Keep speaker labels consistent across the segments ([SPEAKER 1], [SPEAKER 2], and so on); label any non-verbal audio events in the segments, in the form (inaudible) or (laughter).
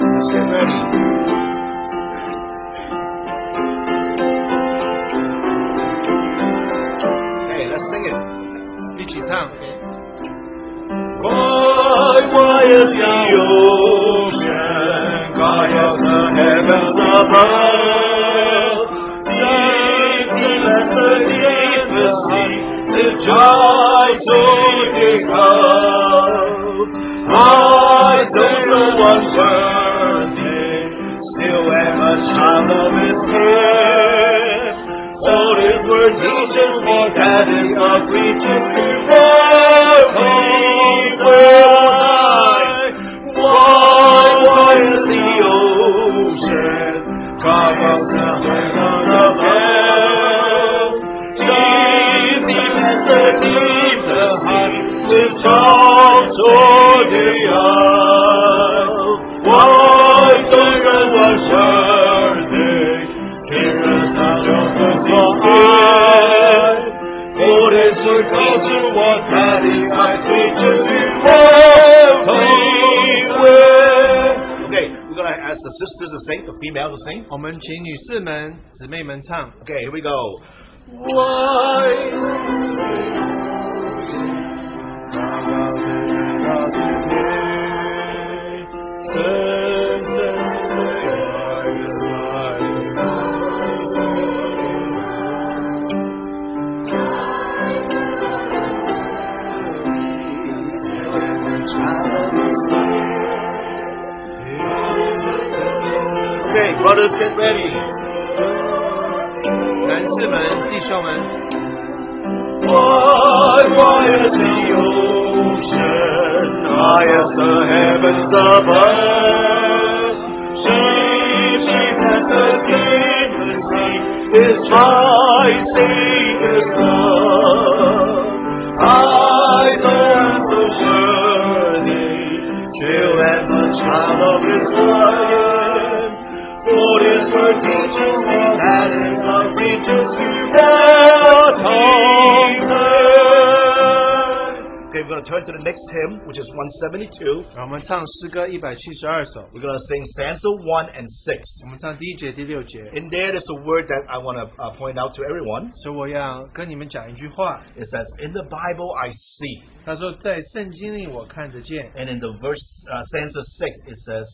[SPEAKER 1] 这里。哎，Let's sing it，一起唱。
[SPEAKER 2] Why, why is the ocean cry out the heavens above? Emptiness beneath the sea, the joy so deep I don't know what's worthy, still am a child of His hand. All His word teaches me that is not reaches to me will I. Why, why is the ocean covers the heaven above? Deep, deep is the deep, the height is tall to the eye. Why don't I worship thee? Jesus, I shall put your eye. For this will come to what daddy I preaches you everywhere.
[SPEAKER 1] Okay, we're gonna ask the sisters to sing, the females to sing.
[SPEAKER 3] 我们请女士们、姊妹们唱。
[SPEAKER 1] Okay, here we go.
[SPEAKER 2] Why?
[SPEAKER 1] Okay, brothers, get ready.
[SPEAKER 3] 男士们、弟兄们，
[SPEAKER 2] Why, why is the ocean high as the heavens above? Shaped as the deepest sea, His high sea is love. I learn so surely, still am a child of His lion. For His word teaches me that His love reaches without hunger.
[SPEAKER 1] Okay, we're gonna turn to the next hymn, which is 172.
[SPEAKER 3] 让我们唱诗歌一百七十二首，
[SPEAKER 1] We're gonna sing stanza one and six.
[SPEAKER 3] 我们唱第一节、第六节。
[SPEAKER 1] In there, there's a word that I want to uh, point out to everyone.
[SPEAKER 3] 所以我要跟你们讲一句话，
[SPEAKER 1] It says, "In the Bible, I see,"
[SPEAKER 3] 他说在圣经里我看得见，
[SPEAKER 1] and in the verse uh, stanza six, it says,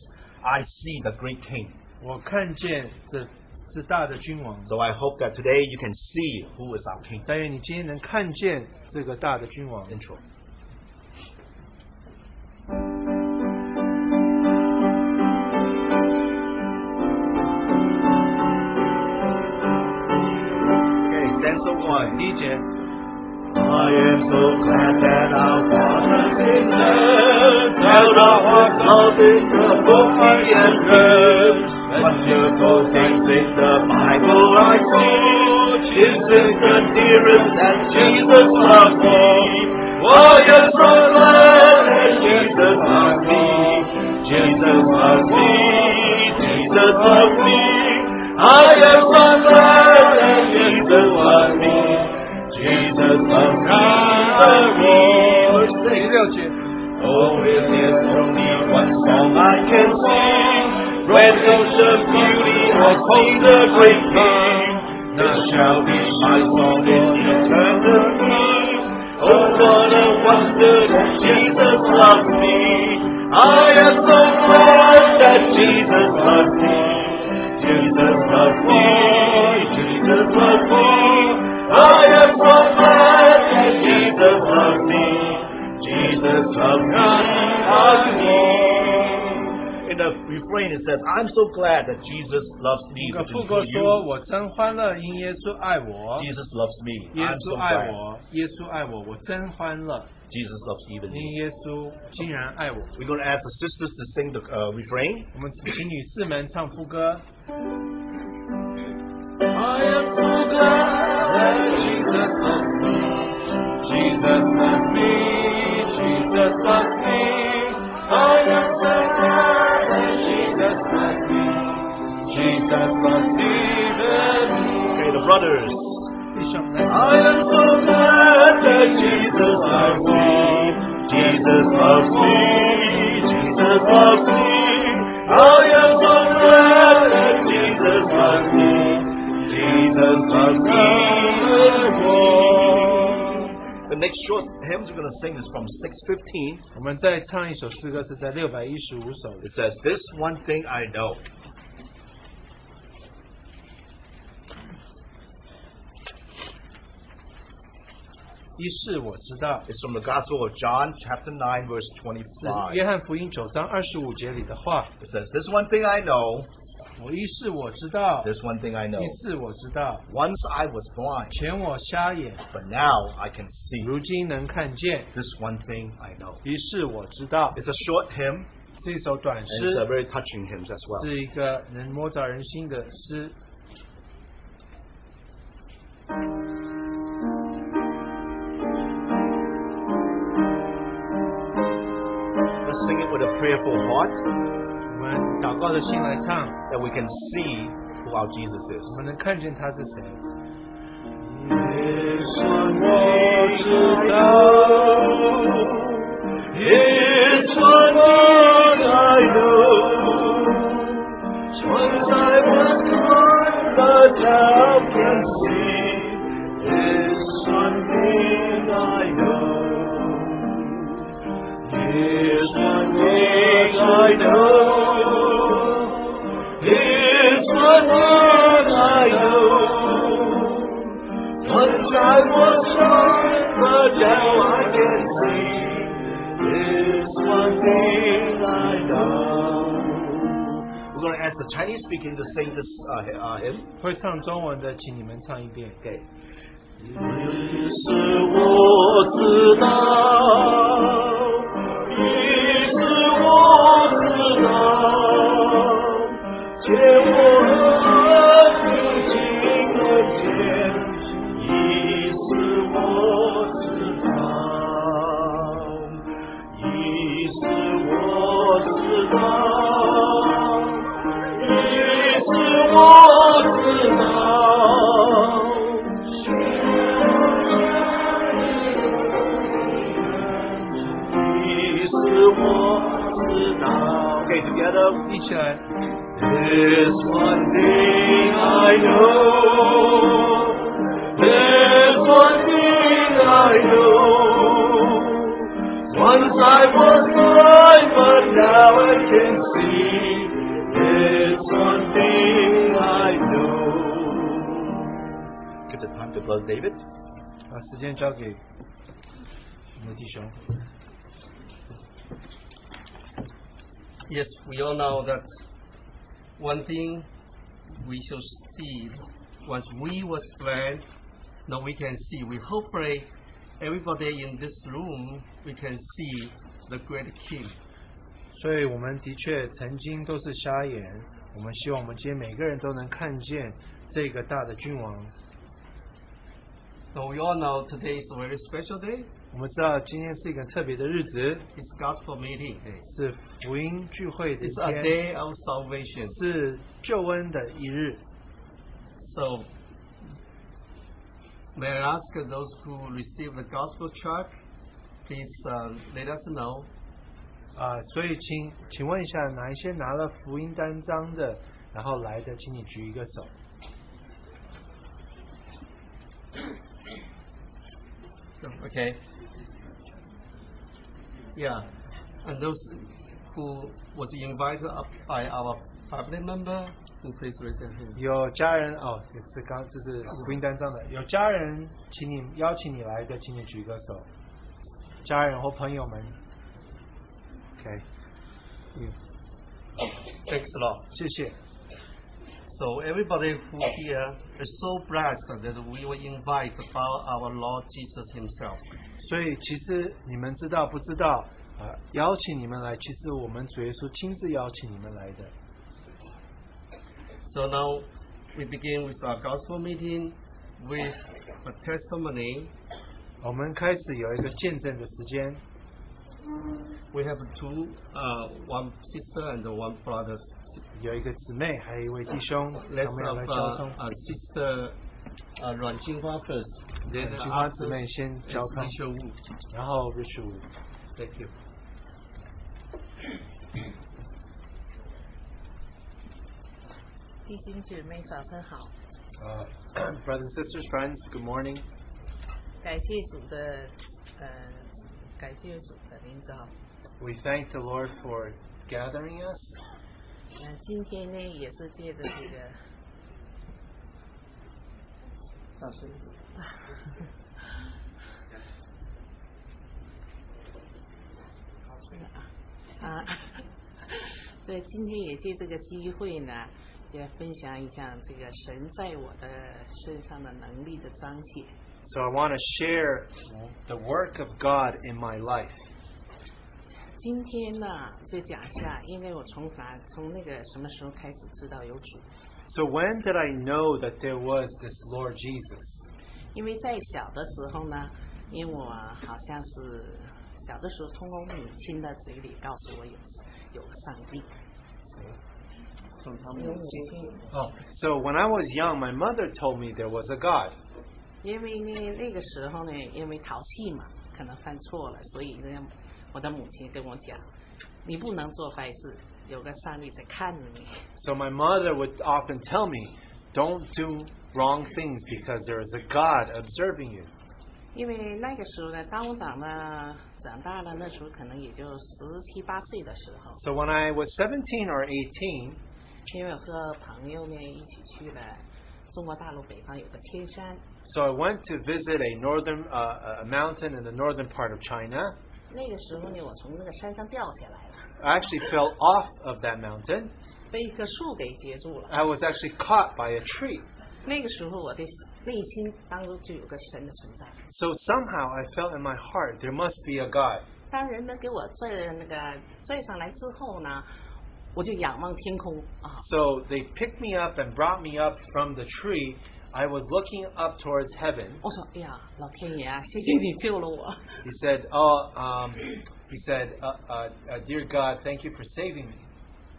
[SPEAKER 1] "I see the great King."
[SPEAKER 3] 我看见这是大的君王。
[SPEAKER 1] So I hope that today you can see who is our King.
[SPEAKER 3] 但愿你今天能看见这个大的君王。
[SPEAKER 1] Intro. Okay, stanza one.
[SPEAKER 3] 第一节，
[SPEAKER 2] I am so glad that our fathers in heaven tell us how big the book I am read. Wonderful things in the Bible I see. Is this the dearest that Jesus loves me? Why am so glad that Jesus loves me? Jesus loves me. Jesus loves me. I am so glad that Jesus loves me. Jesus of Calvary.
[SPEAKER 3] 第六节，
[SPEAKER 2] Oh, it is only one song I can sing. When ocean beauty or see the great king, that shall be my song in eternity. Oh, what a wonder that Jesus loves me. I am so glad that Jesus loves me. Jesus loves me. Jesus loves me. I am so glad that Jesus loves me. Jesus of God, of me.
[SPEAKER 1] In the refrain, it says, "I'm so glad that Jesus loves me."
[SPEAKER 3] 一个
[SPEAKER 1] Which
[SPEAKER 3] 副
[SPEAKER 1] is
[SPEAKER 3] 歌
[SPEAKER 1] for
[SPEAKER 3] 说：“
[SPEAKER 1] you.
[SPEAKER 3] 我真欢乐，因耶稣爱我。
[SPEAKER 1] Jesus loves me.
[SPEAKER 3] 耶
[SPEAKER 1] I'm
[SPEAKER 3] 稣
[SPEAKER 1] so
[SPEAKER 3] 爱
[SPEAKER 1] glad.
[SPEAKER 3] 我，耶稣爱我，我真欢乐，
[SPEAKER 1] Jesus loves even
[SPEAKER 3] 因
[SPEAKER 1] me.
[SPEAKER 3] 耶稣竟然爱我。
[SPEAKER 1] We're going to ask the sisters to sing the uh, refrain. ”
[SPEAKER 3] 我们请女士们唱副歌。
[SPEAKER 2] I am so glad that Jesus loves me. Jesus loves me. Jesus loves me. I am so glad that Jesus loves me. Jesus loves me.
[SPEAKER 1] Okay, the brothers.
[SPEAKER 3] 弟兄们，
[SPEAKER 2] I am so glad that Jesus loves me. Jesus loves me. Jesus loves me. I am so
[SPEAKER 4] next short hymn we're going to sing is from 615.
[SPEAKER 5] 我们再唱一首诗歌，是在六百一十五首。
[SPEAKER 4] It says, This one thing I know.
[SPEAKER 5] 一是我知道，
[SPEAKER 4] It's from the Gospel of John, chapter 9, verse 25.
[SPEAKER 5] 是约翰福音九章二十五节里的话。
[SPEAKER 4] It says, This one thing I know,
[SPEAKER 5] 我一是我知道，
[SPEAKER 4] this one thing I know.
[SPEAKER 5] 一是我知道，
[SPEAKER 4] Once I was blind,
[SPEAKER 5] 前我瞎眼，
[SPEAKER 4] but now I can see.
[SPEAKER 5] 如今能看见。
[SPEAKER 4] This one thing I know.
[SPEAKER 5] 于是我知道，
[SPEAKER 4] It's a short hymn,
[SPEAKER 5] 是一首短
[SPEAKER 4] and it's a
[SPEAKER 5] 诗，
[SPEAKER 4] very touching hymn as well.
[SPEAKER 5] 是一个能摸着人心的诗。
[SPEAKER 4] Let's sing it with a prayerful heart
[SPEAKER 5] 我们祷告的心来唱，
[SPEAKER 4] that we can see who our Jesus
[SPEAKER 5] 我
[SPEAKER 4] is.
[SPEAKER 5] 们能看见他是谁。
[SPEAKER 2] It's one word I know. Once I was blind, but now can see. This one thing I know. This one thing I know. This one word I know. Once I was blind, but now I can see. This one thing I know.
[SPEAKER 4] We're going to ask the Chinese speaking to sing this uh, hy- uh, hymn.
[SPEAKER 5] 会唱中文的，请你们唱一遍。
[SPEAKER 4] Okay.
[SPEAKER 2] 一是我知道，一是我知道，借我恩的情人天，一是我知道，一是我知道，一是我知道。你是我知道。
[SPEAKER 4] Okay, together.
[SPEAKER 5] 一起来，
[SPEAKER 2] This one thing I know. This one thing I know. Once I was blind, but now I can see. This one thing I know.
[SPEAKER 4] Give the time to Brother David.
[SPEAKER 5] 把时间交给我们的弟兄。
[SPEAKER 3] Yes, we all know that one thing we shall see was we was blind, now we can see. We hope pray everybody in this room we can see the great King.
[SPEAKER 5] 所以我们的确曾经都是瞎眼，我们希望我们今天每个人都能看见这个大的君王。
[SPEAKER 3] So we all know today is a very special day.
[SPEAKER 5] 我们知道今天是一个特别的日子，哎
[SPEAKER 3] It's gospel meeting day.
[SPEAKER 5] 是福音聚会的一
[SPEAKER 3] It's a
[SPEAKER 5] 天，
[SPEAKER 3] day of salvation.
[SPEAKER 5] 是救恩的一日。
[SPEAKER 3] So may I ask those who receive the gospel track, please uh, let us know
[SPEAKER 5] 啊、所以请请问一下，哪一些拿了福音单张的，然后来的，请你举一个手。
[SPEAKER 3] Okay. Yeah, and those who was invited up by our family member, who please raise their hand.
[SPEAKER 5] 有家人哦，也是刚这是福音单张的，有家人请你邀请你来的，请你举一个手。家人或朋友们，OK，嗯，
[SPEAKER 3] Thanks a lot.
[SPEAKER 5] 谢谢。
[SPEAKER 3] So everybody who here is so blessed that we were invited by our Lord Jesus Himself.
[SPEAKER 5] 所以其实你们知道不知道？呃，邀请你们来，其实我们主耶稣亲自邀请你们来的。
[SPEAKER 3] So now we begin with our gospel meeting with a testimony.
[SPEAKER 5] 我们开始有一个见证的时间，
[SPEAKER 3] We have two, uh, one sister and one brother.
[SPEAKER 5] 有一个姊妹，还有一位弟兄，他
[SPEAKER 3] Let's
[SPEAKER 5] 们要
[SPEAKER 3] have
[SPEAKER 5] 来
[SPEAKER 3] uh,
[SPEAKER 5] 交通。
[SPEAKER 3] uh, sister uh, Ruan Jinghua first. Then
[SPEAKER 5] 请花姊
[SPEAKER 3] after
[SPEAKER 5] 妹先
[SPEAKER 3] is
[SPEAKER 5] 交通，
[SPEAKER 3] Rachel Wu.
[SPEAKER 5] 然后 Rich 五。
[SPEAKER 3] Thank you.
[SPEAKER 6] 弟兄姐妹，早上好！
[SPEAKER 5] Uh, (clears throat) 呃 Brothers and sisters, friends, good morning.
[SPEAKER 6] 感谢主的呃改谢主的名字哈。
[SPEAKER 5] We thank the Lord for gathering us.
[SPEAKER 6] 嗯、今天呢也是借着这个，老师，啊好声啊啊，对，今天也借这个机会呢，也分享一下这个神在我的身上的能力的彰显。
[SPEAKER 5] So I want to share the work of God in my life.
[SPEAKER 6] 今天呢，就讲一下，因为我从啥从那个什么时候开始知道有主？
[SPEAKER 5] So when did I know that there was this Lord Jesus?
[SPEAKER 6] 因为在小的时候呢，因为我好像是小的时候通过母亲的嘴里告诉我有有上帝，有母亲。
[SPEAKER 5] Oh, so when I was young, my mother told me there was a God.
[SPEAKER 6] 因为呢那个时候呢，因为淘气嘛，可能犯错了，所以呢，我的母亲跟我讲，你不能做坏事，有个上帝在看着你。
[SPEAKER 5] So my mother would often tell me, don't do wrong things because there is a God observing you.
[SPEAKER 6] 因为那个时候呢，当我长了长大了，那时候可能也就十七八岁的时候，
[SPEAKER 5] So when I was 17 or 18,
[SPEAKER 6] 因为我和朋友呢一起去了中国大陆北方有个天山，
[SPEAKER 5] so I went to visit a northern uh, a mountain in the northern part of China.
[SPEAKER 6] 那个时候呢，我从那个山上掉下来了，
[SPEAKER 5] I actually fell off of that mountain.
[SPEAKER 6] 被一棵树给接住了。
[SPEAKER 5] I was actually caught by a tree.
[SPEAKER 6] 那个时候我的内心当中就有个神的存在。
[SPEAKER 5] So somehow I felt in my heart there must be a God.
[SPEAKER 6] 当人们给我拽那个拽上来之后呢，我就仰望天空啊，
[SPEAKER 5] So they picked me up and brought me up from the tree. I was looking up towards heaven.
[SPEAKER 6] 我说哎呀，老天爷啊，谢谢你救了我。 (laughs)
[SPEAKER 5] He said, "Oh, um, he said, uh, uh, uh, dear God, thank you for saving me."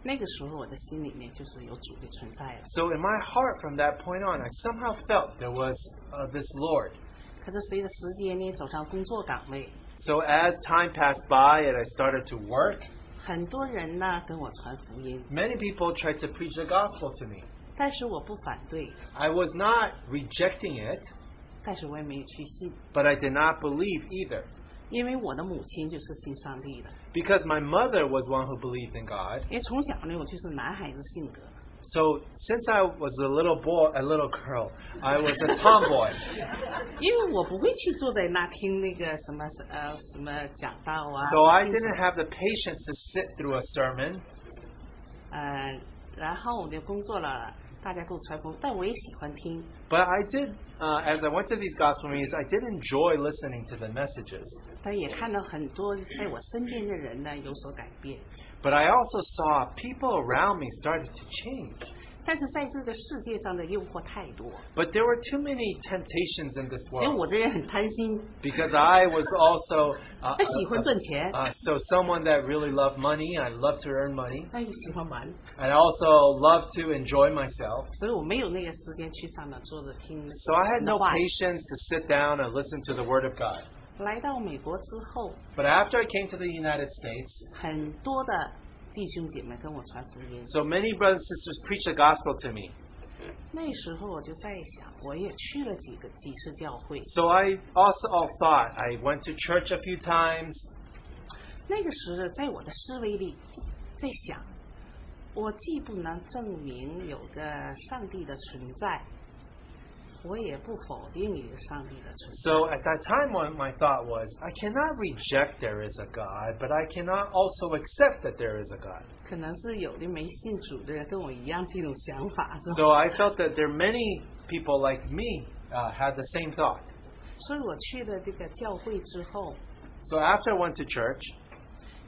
[SPEAKER 6] 那个时候我的心里面就是有主的存在了。
[SPEAKER 5] So in my heart, from that point on, I somehow felt there was uh, this Lord.
[SPEAKER 6] 可是随着时间呢，走上工作岗位，
[SPEAKER 5] So as time passed by and I started to work,
[SPEAKER 6] 很多人呢跟我传福音，
[SPEAKER 5] many people tried to preach the gospel to me.
[SPEAKER 6] 但是我不反对，
[SPEAKER 5] I was not rejecting it,
[SPEAKER 6] 但是我也没去信，
[SPEAKER 5] but I did not believe either.
[SPEAKER 6] 因为我的母亲就是信上帝的，
[SPEAKER 5] Because my mother was one who believed in God.
[SPEAKER 6] 因为从小呢我就是男孩子性格，
[SPEAKER 5] So since I was a little boy, a little girl, I was a tomboy.
[SPEAKER 6] 因为我不会去坐在那听那个什么呃什么讲道啊，
[SPEAKER 5] So I didn't have the patience to sit through a sermon.
[SPEAKER 6] 呃，然后我就工作了，大家给我传福音，但我也喜欢听，
[SPEAKER 5] But I did, uh, as I went to these gospel meetings, I did enjoy listening to the messages.
[SPEAKER 6] 但也看到很多在我身边的人呢有所改变。
[SPEAKER 5] But I also saw people around me started to change.
[SPEAKER 6] 但是在这个世界上的诱惑太多，
[SPEAKER 5] But there were too many temptations in this
[SPEAKER 6] 因为
[SPEAKER 5] world
[SPEAKER 6] 我这人很贪心，
[SPEAKER 5] because I was also uh,
[SPEAKER 6] 他喜欢
[SPEAKER 5] uh,
[SPEAKER 6] 赚钱，
[SPEAKER 5] uh, so someone that really loved money. I loved to earn money.
[SPEAKER 6] 他也喜欢玩，
[SPEAKER 5] I also loved to enjoy myself.
[SPEAKER 6] 所以我没有那个时间去上面坐着听。
[SPEAKER 5] So I had no
[SPEAKER 6] 话。
[SPEAKER 5] patience to sit down and listen to the Word of God.
[SPEAKER 6] 来到美国之后，
[SPEAKER 5] But after I came to the United States,
[SPEAKER 6] 很多的弟兄姐妹跟我传福音，
[SPEAKER 5] so many brothers and sisters preached the gospel to me.
[SPEAKER 6] 那时候我就在想，我也去了几个几次教会，
[SPEAKER 5] So I also all thought I went to church a few times.
[SPEAKER 6] 那个时候在我的思维里在想，我既不能证明有个上帝的存在，我也不否定一个上帝的存在。
[SPEAKER 5] So at that time, my- my thought was, I cannot reject there is a God, but I cannot also accept that there is a God.
[SPEAKER 6] 可能是有的没信主的人跟我一样这种想法，是吧
[SPEAKER 5] So I felt that there are many people like me uh, had the same thought.
[SPEAKER 6] 所以我去了这个教会之后，
[SPEAKER 5] So after I went to church,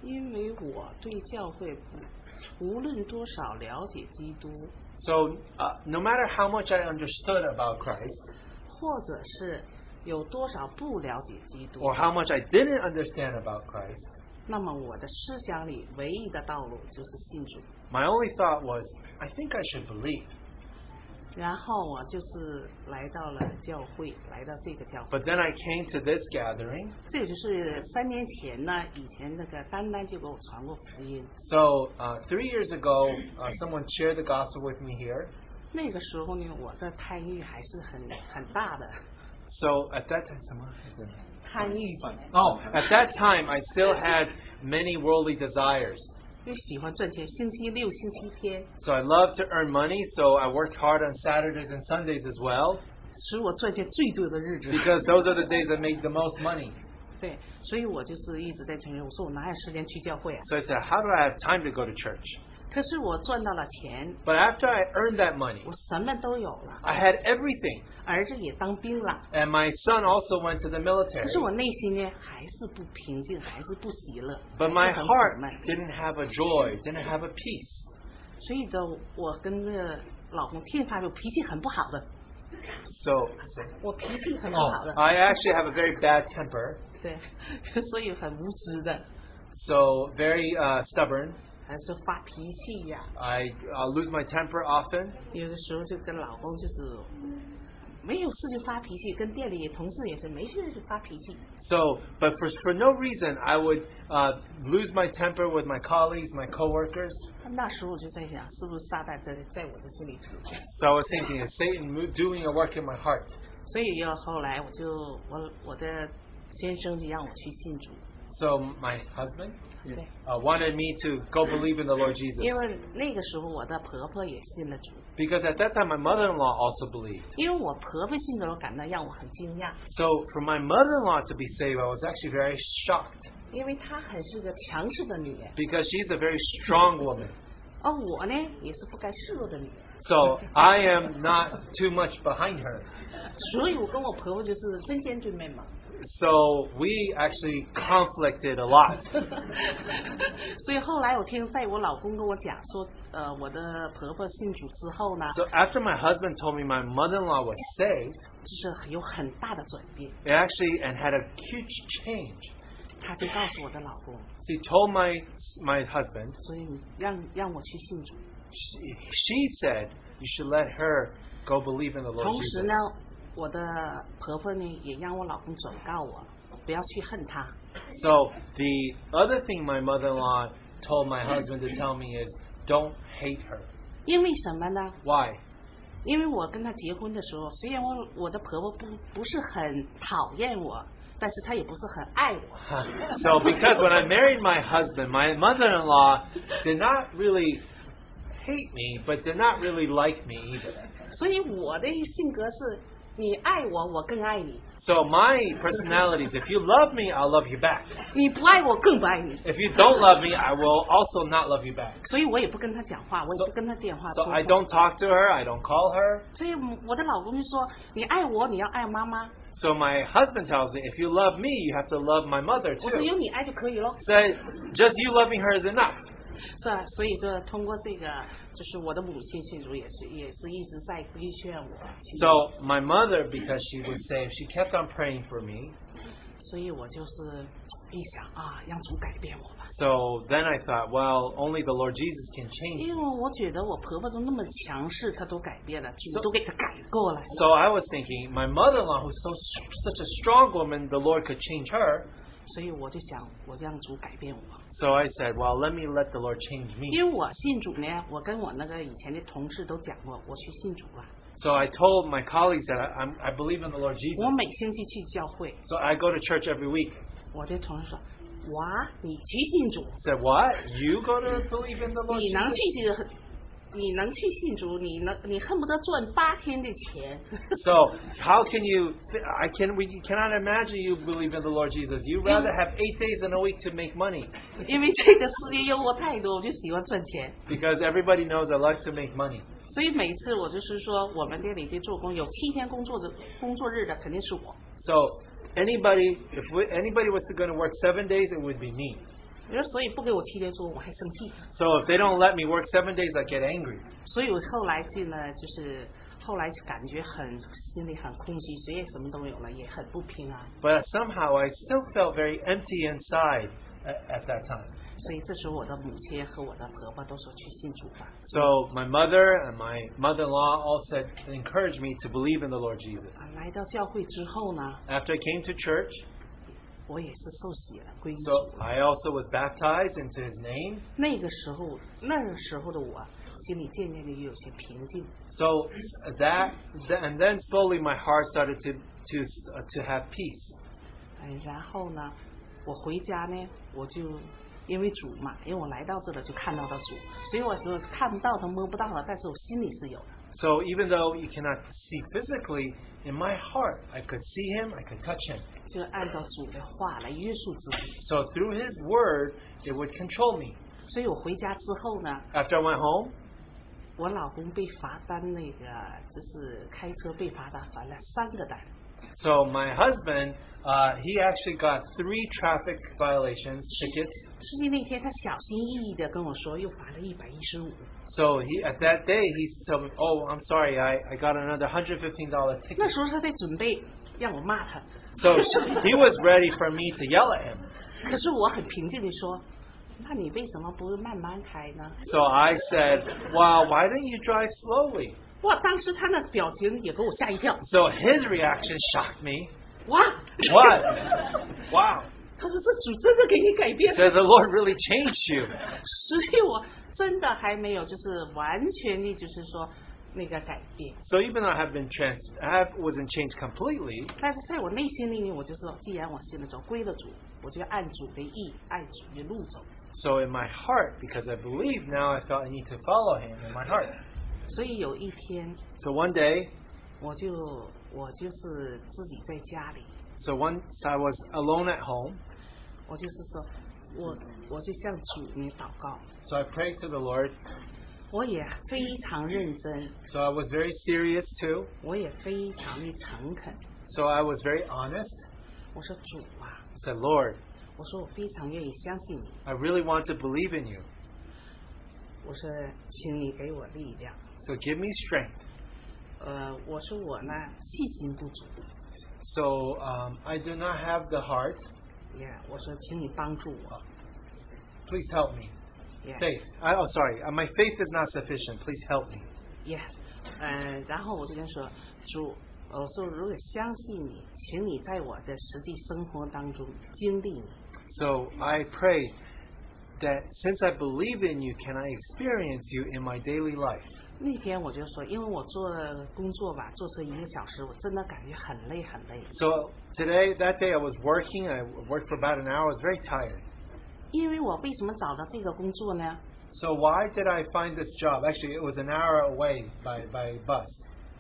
[SPEAKER 6] 因为我对教会不无论多少了解基督，
[SPEAKER 5] so uh, no matter how much I understood about Christ,
[SPEAKER 6] 或者是有多少不了解基督，
[SPEAKER 5] or how much I didn't understand about Christ,
[SPEAKER 6] 那么我的思想里唯一的道路就是信主。
[SPEAKER 5] my only thought was, I think I should believe.
[SPEAKER 6] 然后我就是来到了教会，来到这个教会，
[SPEAKER 5] But then I came to this gathering.
[SPEAKER 6] 这也就是三年前呢，以前那个丹丹就给我传过福音，
[SPEAKER 5] So uh, three years ago, uh, someone shared the gospel with me here.
[SPEAKER 6] 那个时候呢，我的贪欲还是很很大的，
[SPEAKER 5] So at that time, 什么？
[SPEAKER 6] 贪欲，
[SPEAKER 5] Oh, at that time, I still had many worldly desires.
[SPEAKER 6] 又喜欢赚钱，星期六、星期天
[SPEAKER 5] So I loved to earn money, so I worked hard on Saturdays and Sundays as well,
[SPEAKER 6] 使我赚钱最多的日子。
[SPEAKER 5] because those are the days I made the most money.
[SPEAKER 6] 对，所以我就是一直在承认，我说我哪有时间去教会啊？
[SPEAKER 5] So I said, How do I have time to go to church?
[SPEAKER 6] 可是我赚到了钱，
[SPEAKER 5] But after I earned that money,
[SPEAKER 6] 我什么都有了，
[SPEAKER 5] I had everything,
[SPEAKER 6] 儿子也当兵了，
[SPEAKER 5] and my son also went to the
[SPEAKER 6] 可
[SPEAKER 5] military.
[SPEAKER 6] 是我内心呢还是不平静，还是不喜乐，
[SPEAKER 5] But
[SPEAKER 6] 还
[SPEAKER 5] my
[SPEAKER 6] 是很苦
[SPEAKER 5] heart
[SPEAKER 6] 闷。
[SPEAKER 5] didn't have a joy, didn't have a peace.
[SPEAKER 6] 所以呢，我跟那老公天发，我脾气很不好的，
[SPEAKER 5] So
[SPEAKER 6] 我脾气很不好
[SPEAKER 5] oh,
[SPEAKER 6] 的，
[SPEAKER 5] I actually have a very bad temper,
[SPEAKER 6] 对， (laughs) 所以很无知的，
[SPEAKER 5] so very uh, stubborn.
[SPEAKER 6] 还是发脾气呀、
[SPEAKER 5] I uh, lose my temper often.
[SPEAKER 6] 有的时候就跟老公就是没有事就发脾气，跟店里同事也是没事就发脾气。
[SPEAKER 5] So, but for, for no reason, I would uh, lose my temper with my colleagues, my coworkers.
[SPEAKER 6] 那时候我就在想，是不是撒旦在在我的心里头？
[SPEAKER 5] So I was thinking, is Satan mo- doing a work in my heart?
[SPEAKER 6] 所以要后来我就我我的先生就让我去信主，
[SPEAKER 5] So my husband
[SPEAKER 6] Okay.
[SPEAKER 5] uh, wanted me to go believe in the Lord Jesus
[SPEAKER 6] 因为那个时候我的婆婆也信了主，
[SPEAKER 5] because at that time my mother-in-law also believed.
[SPEAKER 6] 因为我婆婆信主，我感到让我很惊讶，
[SPEAKER 5] So for my mother-in-law to be saved, I was actually very shocked
[SPEAKER 6] 因为她很是个强势的女人，
[SPEAKER 5] because she's a very strong woman.
[SPEAKER 6] 而我呢也是不甘示弱的女
[SPEAKER 5] (laughs)
[SPEAKER 6] 人，
[SPEAKER 5] So I am not too much behind her.
[SPEAKER 6] 所以我跟我婆婆就是针尖对麦芒，
[SPEAKER 5] So we actually conflicted a lot.
[SPEAKER 6] (laughs) 所以后来我听在我老公跟我讲说，呃，我的婆婆信主之后呢，
[SPEAKER 5] So after my husband told me my mother-in-law was saved,
[SPEAKER 6] 就是有很大的转变，
[SPEAKER 5] it actually and had a huge change.
[SPEAKER 6] 她就告诉我的老公，
[SPEAKER 5] She told my my husband.
[SPEAKER 6] 所以你让让我去信主。
[SPEAKER 5] She, she said you should let her go believe in the Lord
[SPEAKER 6] 同时
[SPEAKER 5] Jesus.
[SPEAKER 6] 呢，我的婆婆呢也让我老公转告我，不要去恨他，
[SPEAKER 5] So the other thing my mother-in-law told my husband to tell me is don't hate her.
[SPEAKER 6] 因为什么呢？
[SPEAKER 5] Why? (laughs)
[SPEAKER 6] 因为我跟他结婚的时候，虽然我我的婆婆不不是很讨厌我，但是她也不是很爱我。
[SPEAKER 5] so because when I married my husband, my mother-in-law did not really hate me, but did not really like me either.
[SPEAKER 6] 所以我的性格是，你爱我，我更爱你；
[SPEAKER 5] So my personality is if you love me, I'll love you back.
[SPEAKER 6] 你不爱我，更不爱你。
[SPEAKER 5] If you don't love me, I will also not love you back.
[SPEAKER 6] 所以我也不跟他讲话，我也
[SPEAKER 5] So-
[SPEAKER 6] 不跟他电话
[SPEAKER 5] So
[SPEAKER 6] 沟
[SPEAKER 5] I
[SPEAKER 6] 通。
[SPEAKER 5] don't talk to her, I don't call her.
[SPEAKER 6] 所以我的老公就说：“你爱我，你要爱妈妈。
[SPEAKER 5] So my husband tells me, if you love me, you have to love my mother ”
[SPEAKER 6] 我说：“有
[SPEAKER 5] too.
[SPEAKER 6] 你爱就可以咯。
[SPEAKER 5] Said, just you loving her is enough.
[SPEAKER 6] 是啊，所以说通过这个，就是我的母亲信主也是也是一直在规劝我，
[SPEAKER 5] So my mother, because she was saved, she kept on praying for me.
[SPEAKER 6] 所以我就是一想啊，让主改变我吧。
[SPEAKER 5] So then I thought, well, only the Lord Jesus can change
[SPEAKER 6] 因为我觉得我婆婆都那么强势，她都改变了，主
[SPEAKER 5] So-
[SPEAKER 6] 都给她改过了，
[SPEAKER 5] So I was thinking, my mother-in-law, who's so such a strong woman, the Lord could change her.
[SPEAKER 6] 所以我就想，我让主改变我。
[SPEAKER 5] So I said, well, let me let the Lord change me.
[SPEAKER 6] 因为我信主呢，我跟我那个以前的同事都讲过，我去信主啊了，
[SPEAKER 5] So I told my colleagues that I, I'm, I believe in the Lord Jesus.
[SPEAKER 6] 我每星期去教会，
[SPEAKER 5] So I go to church every week.
[SPEAKER 6] 我的同事说，哇，你去信主，
[SPEAKER 5] I said, what? You go to believe in the Lord
[SPEAKER 6] 你
[SPEAKER 5] Jesus?
[SPEAKER 6] 能去信，你能去信主，你能你恨不得赚八天的钱， (laughs)
[SPEAKER 5] So how can you? I can. We cannot imagine you believe in the Lord Jesus. You rather have eight days in a week to make money
[SPEAKER 6] 因为这个世界诱惑太多，我就喜欢赚钱，
[SPEAKER 5] because everybody knows I like to make money.
[SPEAKER 6] 所以每次我就是说，我们店里的做工有七天工作日，工作日的肯定是我。
[SPEAKER 5] So anybody, if we, anybody was to go to work seven days, it would be me.
[SPEAKER 6] 我说，所以不给我七天做，我还生气。
[SPEAKER 5] So if they don't let me work seven days, I get angry.
[SPEAKER 6] 所以我后来进了，就是后来就感觉很心里很空虚，谁也什么都没有了，也很不平安。
[SPEAKER 5] But somehow I still felt very empty inside at, at that time.
[SPEAKER 6] 所以这时候我的母亲和我的婆婆都说去信主吧。
[SPEAKER 5] So my mother and my mother-in-law all said, encouraged me to believe in the Lord Jesus.
[SPEAKER 6] 啊，来到教会之后呢，
[SPEAKER 5] After I came to church,
[SPEAKER 6] 我也是受洗了，归主
[SPEAKER 5] so I also was baptized into His name.
[SPEAKER 6] 那个时候，那个时候的我心里渐渐的有些平静。
[SPEAKER 5] So that, th- and then slowly my heart started to to uh, to have peace.
[SPEAKER 6] 嗯，然后呢，我回家呢，我就因为主嘛，因为我来到这了就看到了主，所以我是看不到他摸不到了，但是我心里是有的。
[SPEAKER 5] So even though you cannot see physically, in my heart I could see him, I could touch him.
[SPEAKER 6] 就按照主的话来约束自己。
[SPEAKER 5] So through his word, it would control me.
[SPEAKER 6] 所以我回家之后呢，
[SPEAKER 5] After I went home,
[SPEAKER 6] 我老公被罚单那个就是开车被罚单罚了三个单，
[SPEAKER 5] so my husband, uh, he actually got three traffic violations tickets.
[SPEAKER 6] 司机那天他小心翼翼的跟我说又罚了一百一十五，
[SPEAKER 5] So he at that day he told me, "Oh, I'm sorry, I, I got another hundred fifteen dollar
[SPEAKER 6] 那 (laughs)
[SPEAKER 5] ticket."
[SPEAKER 6] 时候他在准备让我骂他，
[SPEAKER 5] So he was ready for me to yell at him.
[SPEAKER 6] 可是我很平静的说，那你为什么不慢慢开呢？
[SPEAKER 5] So I said, "Wow, why didn't you drive slowly?"
[SPEAKER 6] 哇，当时他那表情也给我吓一跳，
[SPEAKER 5] So his reaction shocked me.
[SPEAKER 6] 哇，
[SPEAKER 5] What? wow.
[SPEAKER 6] 他说这主真的给你改变
[SPEAKER 5] So the Lord really changed you.
[SPEAKER 6] 所以我真的还没有，就是完全的，就是说那个改变。
[SPEAKER 5] So even though I have been trans, I have, wasn't changed completely.
[SPEAKER 6] 但是在我内心里呢，我就说，既然我信了主，归了主，我就按主的意，按主的路走。
[SPEAKER 5] So in my heart, because I believe now, I felt I need to follow Him in my heart.
[SPEAKER 6] 所以有一天，
[SPEAKER 5] So one day,
[SPEAKER 6] 我就我就是自己在家里，
[SPEAKER 5] so once I was alone at home,
[SPEAKER 6] 我就是说，我我就向主你祷告，
[SPEAKER 5] so I prayed to the Lord.
[SPEAKER 6] 我也非常认真，
[SPEAKER 5] So I was very serious too.
[SPEAKER 6] 我也非常的诚恳。
[SPEAKER 5] So I was very honest.
[SPEAKER 6] 我说主啊，
[SPEAKER 5] I said, Lord,
[SPEAKER 6] 我说我非常愿意相信你，
[SPEAKER 5] I really want to believe in you.
[SPEAKER 6] 我说请你给我力量。
[SPEAKER 5] So give me strength.
[SPEAKER 6] 呃，我说我呢信心不足，
[SPEAKER 5] So um, I do not have the heart.
[SPEAKER 6] 也、我说请你帮助我，
[SPEAKER 5] Please help me.
[SPEAKER 6] 也、
[SPEAKER 5] Faith. I, oh, sorry. Uh, my faith is not sufficient. Please help me.
[SPEAKER 6] Yes，嗯，然后我就跟他说，主，我说如果相信你，请你在我的实际生活当中经历你，
[SPEAKER 5] So I pray that since I believe in you, can I experience you in my daily life?
[SPEAKER 6] 那天我就说，因为我做工作吧，坐车一个小时，我真的感觉很累很累，
[SPEAKER 5] So today, that day I was working. I worked for about an hour. I was very tired.
[SPEAKER 6] 因为我为什么找到这个工作呢？
[SPEAKER 5] So why did I find this job? Actually, it was an hour away by, by bus.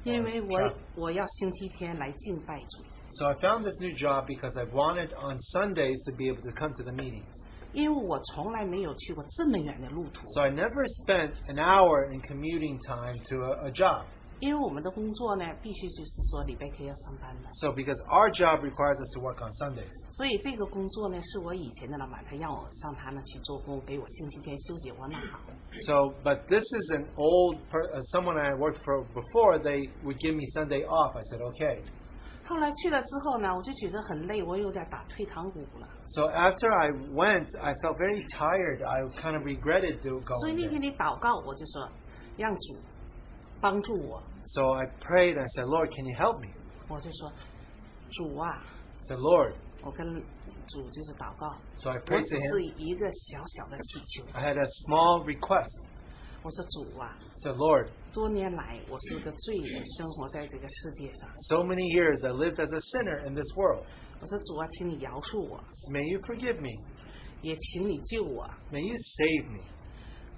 [SPEAKER 6] 因为我
[SPEAKER 5] Traffic.
[SPEAKER 6] 我要星期天来敬拜主，
[SPEAKER 5] So I found this new job because I wanted on Sundays to be able to come to the meetings.
[SPEAKER 6] 因为我从来没有去过这么远的路途，
[SPEAKER 5] So I never spent an hour in commuting time to a, a job.
[SPEAKER 6] 因为我们的工作呢，必须就是说礼拜天要上班的，
[SPEAKER 5] So because our job requires us to work on Sundays.
[SPEAKER 6] 所以这个工作呢，是我以前的老板，他让我上他那去做工，给我星期天休息。我说那好，
[SPEAKER 5] So, but this is an old per, uh, someone I worked for before. They would give me Sunday off. I said okay.
[SPEAKER 6] 后来去了之后呢，我就觉得很累，我有点打退堂鼓了。
[SPEAKER 5] So after I went, I felt very tired. I kind of regretted do,
[SPEAKER 6] 所以那
[SPEAKER 5] going there.
[SPEAKER 6] 天你祷告，我就说让主帮助我，
[SPEAKER 5] So I prayed. I said, Lord, can you help me?
[SPEAKER 6] 我就说主啊，
[SPEAKER 5] I said, Lord.
[SPEAKER 6] 我跟主就是祷告，
[SPEAKER 5] So I
[SPEAKER 6] 我
[SPEAKER 5] prayed to
[SPEAKER 6] 只是
[SPEAKER 5] Him.
[SPEAKER 6] 一个小小的祈求。
[SPEAKER 5] I had a small request.
[SPEAKER 6] 我说主啊，
[SPEAKER 5] I said, Lord,
[SPEAKER 6] 多年来我是个罪人，生活在这个世界上。
[SPEAKER 5] so many years I lived as a sinner in this world.
[SPEAKER 6] 我说主啊，请你饶恕我，
[SPEAKER 5] May you forgive me.
[SPEAKER 6] 也请你救我。
[SPEAKER 5] May you save me.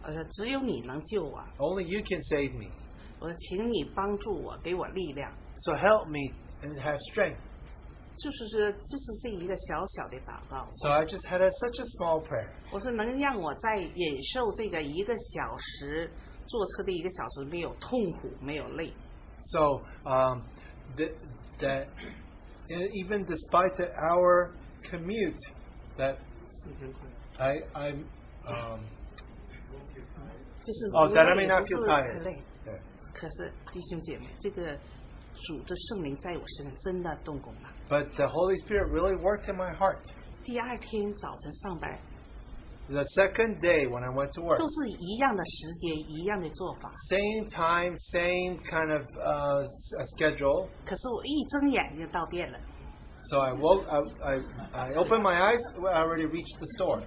[SPEAKER 6] 我说只有你能救我。
[SPEAKER 5] Only you can save me.
[SPEAKER 6] 我说，请你帮助我，给我力量。
[SPEAKER 5] So help me and have strength.
[SPEAKER 6] 就是说，就是这一个小小的祷告。
[SPEAKER 5] So I just had a, such a small prayer.
[SPEAKER 6] 我说，能让我在忍受这个一个小时坐车的一个小时没有痛苦，没有累。
[SPEAKER 5] 哦 So um, th- that e- even despite the hour commute, that I I um,
[SPEAKER 6] 就是
[SPEAKER 5] 哦
[SPEAKER 6] 不
[SPEAKER 5] 在那
[SPEAKER 6] 累
[SPEAKER 5] 边那
[SPEAKER 6] 不是
[SPEAKER 5] feel tired
[SPEAKER 6] 很累。
[SPEAKER 5] 对
[SPEAKER 6] 可是弟兄姐妹，这个主的圣灵在我身上真的动工了。
[SPEAKER 5] but the Holy Spirit really worked in my heart.
[SPEAKER 6] 第二天早晨上班
[SPEAKER 5] The second day when I went to work,
[SPEAKER 6] 都是一样的时间，一样的做法。
[SPEAKER 5] same time, same kind of uh, s- uh, schedule.
[SPEAKER 6] 可是我一睁眼睛到店了，
[SPEAKER 5] So I woke, I, I, I opened my eyes. well, I already reached the store.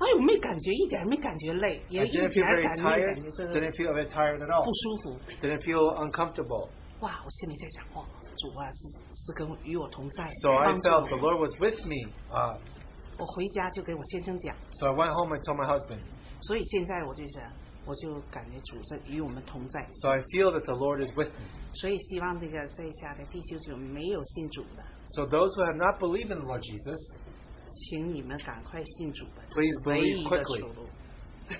[SPEAKER 6] 哎，我没感觉一点没感觉累，也
[SPEAKER 3] I
[SPEAKER 6] 一点
[SPEAKER 3] didn't feel
[SPEAKER 6] 儿
[SPEAKER 3] very
[SPEAKER 6] 感觉没有
[SPEAKER 3] tired.
[SPEAKER 6] 感觉这个
[SPEAKER 3] Didn't feel very tired at
[SPEAKER 6] 不
[SPEAKER 3] all.
[SPEAKER 6] 舒服。
[SPEAKER 3] Didn't feel uncomfortable.
[SPEAKER 6] 哇，我心里在想，哦，主啊，是是跟我与我同在，
[SPEAKER 3] So I
[SPEAKER 6] 帮助
[SPEAKER 3] felt the
[SPEAKER 6] 我。
[SPEAKER 3] Lord was with me. Uh,
[SPEAKER 6] 我回家就跟我先生讲，
[SPEAKER 3] so I went home and told my husband.
[SPEAKER 6] 所以现在我就想，我就感觉主在与我们同在，
[SPEAKER 3] So I feel that the Lord is with me.
[SPEAKER 6] 所以希望这个在下的弟兄姊妹没有信主的，
[SPEAKER 3] So those who have not believed in the Lord Jesus,
[SPEAKER 6] 请你们赶快信主吧，这
[SPEAKER 3] Please
[SPEAKER 6] 是唯一
[SPEAKER 3] believe
[SPEAKER 6] 的
[SPEAKER 3] quickly.
[SPEAKER 6] 出路。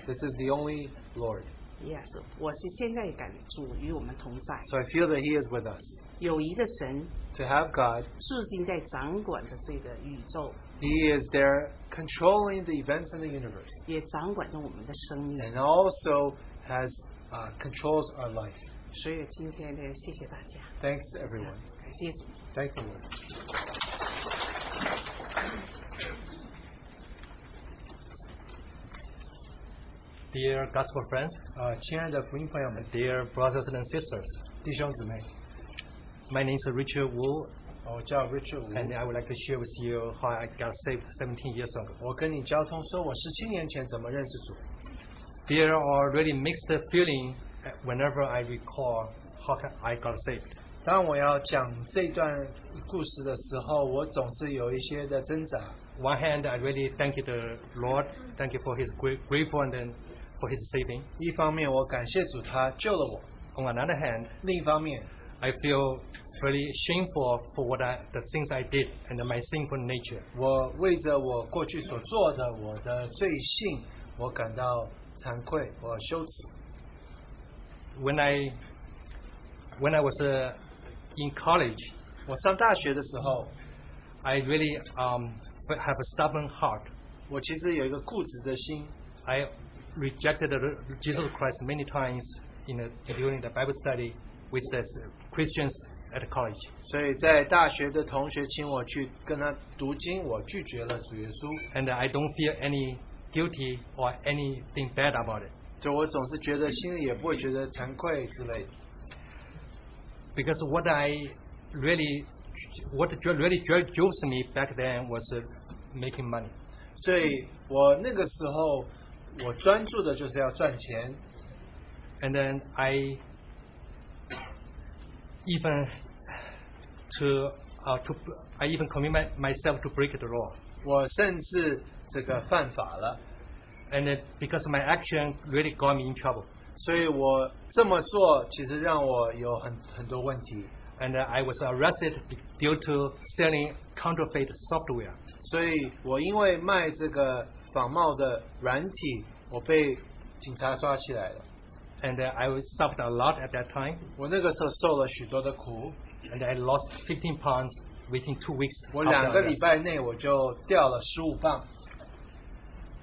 [SPEAKER 3] this is the only Lord.
[SPEAKER 6] Yes，我是现在感主与我们同在，
[SPEAKER 3] So I feel that He is with us.
[SPEAKER 6] 有一个神
[SPEAKER 3] To have God,
[SPEAKER 6] 至今在掌管着这个宇宙，
[SPEAKER 3] He is there controlling the events in the universe
[SPEAKER 6] 也掌管着我们的生命。
[SPEAKER 3] and also has uh, controls our life.
[SPEAKER 6] 所以今天呢，谢谢大家，
[SPEAKER 3] Thanks, everyone.
[SPEAKER 6] 感谢主。
[SPEAKER 3] Thank the Lord.
[SPEAKER 5] Dear gospel friends,
[SPEAKER 3] 呃，亲爱的福音朋友们，
[SPEAKER 5] dear brothers and sisters,
[SPEAKER 3] 弟兄姊妹，
[SPEAKER 5] my name is Richard Wu,
[SPEAKER 3] 我叫 Oh, Richard
[SPEAKER 5] and
[SPEAKER 3] 吴。
[SPEAKER 5] I would like to share with you how I got saved 17 years ago.
[SPEAKER 3] 我 Oh, 跟你交通说，我十七年前怎么认识主？
[SPEAKER 5] There are really mixed feelings whenever I recall how ca- I got saved.
[SPEAKER 3] 当我要讲这段故事的时候，我总是有一些的挣扎。
[SPEAKER 5] One hand, I really thank you the Lord, thank you for His great grateful and then for His saving.
[SPEAKER 3] 一方面，我感谢主，他救了我；
[SPEAKER 5] On another hand,
[SPEAKER 3] 另一方面，
[SPEAKER 5] I feel really shameful for what I, the things I did and my sinful nature.
[SPEAKER 3] 我为着我过去所做的我的罪性，我感到惭愧，我羞耻。
[SPEAKER 5] When I when I was uh, in college,
[SPEAKER 3] 我上大学的时候，
[SPEAKER 5] I really um, have a stubborn heart.
[SPEAKER 3] 我其实有一个固执的心，
[SPEAKER 5] I rejected the- Jesus Christ many times in the, during the Bible study with the Christians at college.
[SPEAKER 3] 所以在大学的同学请我去跟他读经，我拒绝了主耶稣，
[SPEAKER 5] And I don't feel any guilty or anything bad about it
[SPEAKER 3] 就我总是觉得心里也不会觉得惭愧之类的。
[SPEAKER 5] because what I really what dri- really dri- drove me back then was uh, making money.
[SPEAKER 3] 所以我那个时候，我专注的就是要赚钱。
[SPEAKER 5] And then I even to uh, to I even commit my, myself to break the law.
[SPEAKER 3] 我甚至这个犯法了，
[SPEAKER 5] And then because my action really got me in trouble.
[SPEAKER 3] 所以我这么做其实让我有很很多问题，
[SPEAKER 5] and uh, I was arrested be- due to selling counterfeit software.
[SPEAKER 3] 所以我因为卖这个仿冒的软体，我被警察抓起来了。
[SPEAKER 5] And uh, I was suffered a lot at that time,
[SPEAKER 3] 我那个时候受了许多的苦，
[SPEAKER 5] and I lost 15 pounds within two weeks.
[SPEAKER 3] 我
[SPEAKER 5] after
[SPEAKER 3] 两个礼
[SPEAKER 5] arrest.
[SPEAKER 3] 拜内我就掉了十五磅，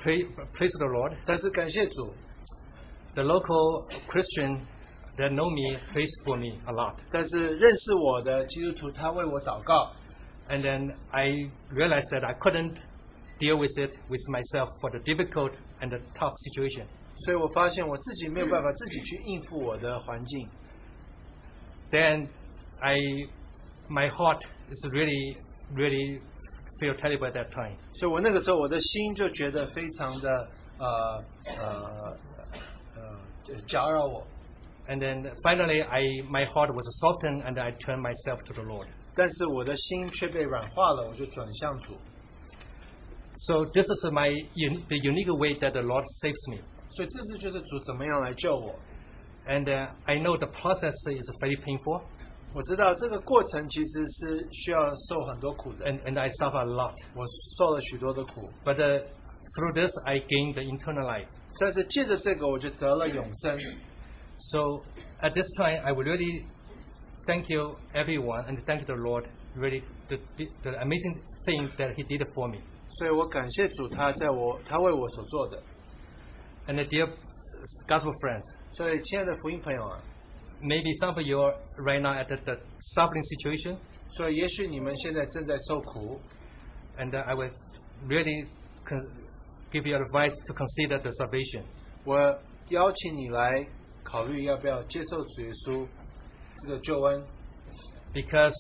[SPEAKER 5] Pray, praise the Lord.
[SPEAKER 3] 但是感谢主，
[SPEAKER 5] The local Christian that know me praised for me a lot.
[SPEAKER 3] 但是认识我的基督徒他为我祷告，
[SPEAKER 5] And then I realized that I couldn't deal with it with myself for the difficult and the tough situation.
[SPEAKER 3] 所以我发现我自己没有办法自己去应付我的环境，
[SPEAKER 5] Then I, my heart is really, really feel terrible at that time.
[SPEAKER 3] 所以我那个时候我的心就觉得非常的呃呃呃呃搅扰我。
[SPEAKER 5] And then finally, I my heart was softened, and I turned myself to the Lord.
[SPEAKER 3] 但是我的心却被软化了，我就转向主。
[SPEAKER 5] So this is my un- the unique way that the Lord saves me.
[SPEAKER 3] 所以这次就是主怎么样来救我。
[SPEAKER 5] And uh, I know the process is very painful,
[SPEAKER 3] 我知道这个过程其实是需要受很多苦的，
[SPEAKER 5] and, and I suffer a lot.
[SPEAKER 3] 我受了许多的苦，
[SPEAKER 5] But uh, through this, I gained the internal life.
[SPEAKER 3] 但是借着这个我就得了永生。
[SPEAKER 5] So at this time, I would really thank you everyone, and thank the Lord really the, the, the amazing thing that He did for me.
[SPEAKER 3] 所以我感谢主，他在我他为我所做的。
[SPEAKER 5] And uh, dear gospel friends,
[SPEAKER 3] 所以亲爱的福音朋友啊，
[SPEAKER 5] maybe some of you are right now at the, the suffering situation.
[SPEAKER 3] 所以也许你们现在正在受苦，
[SPEAKER 5] and uh, I would really con- give you advice to consider the salvation.
[SPEAKER 3] 我邀请你来考虑要不要接受主耶稣这个救恩。
[SPEAKER 5] Because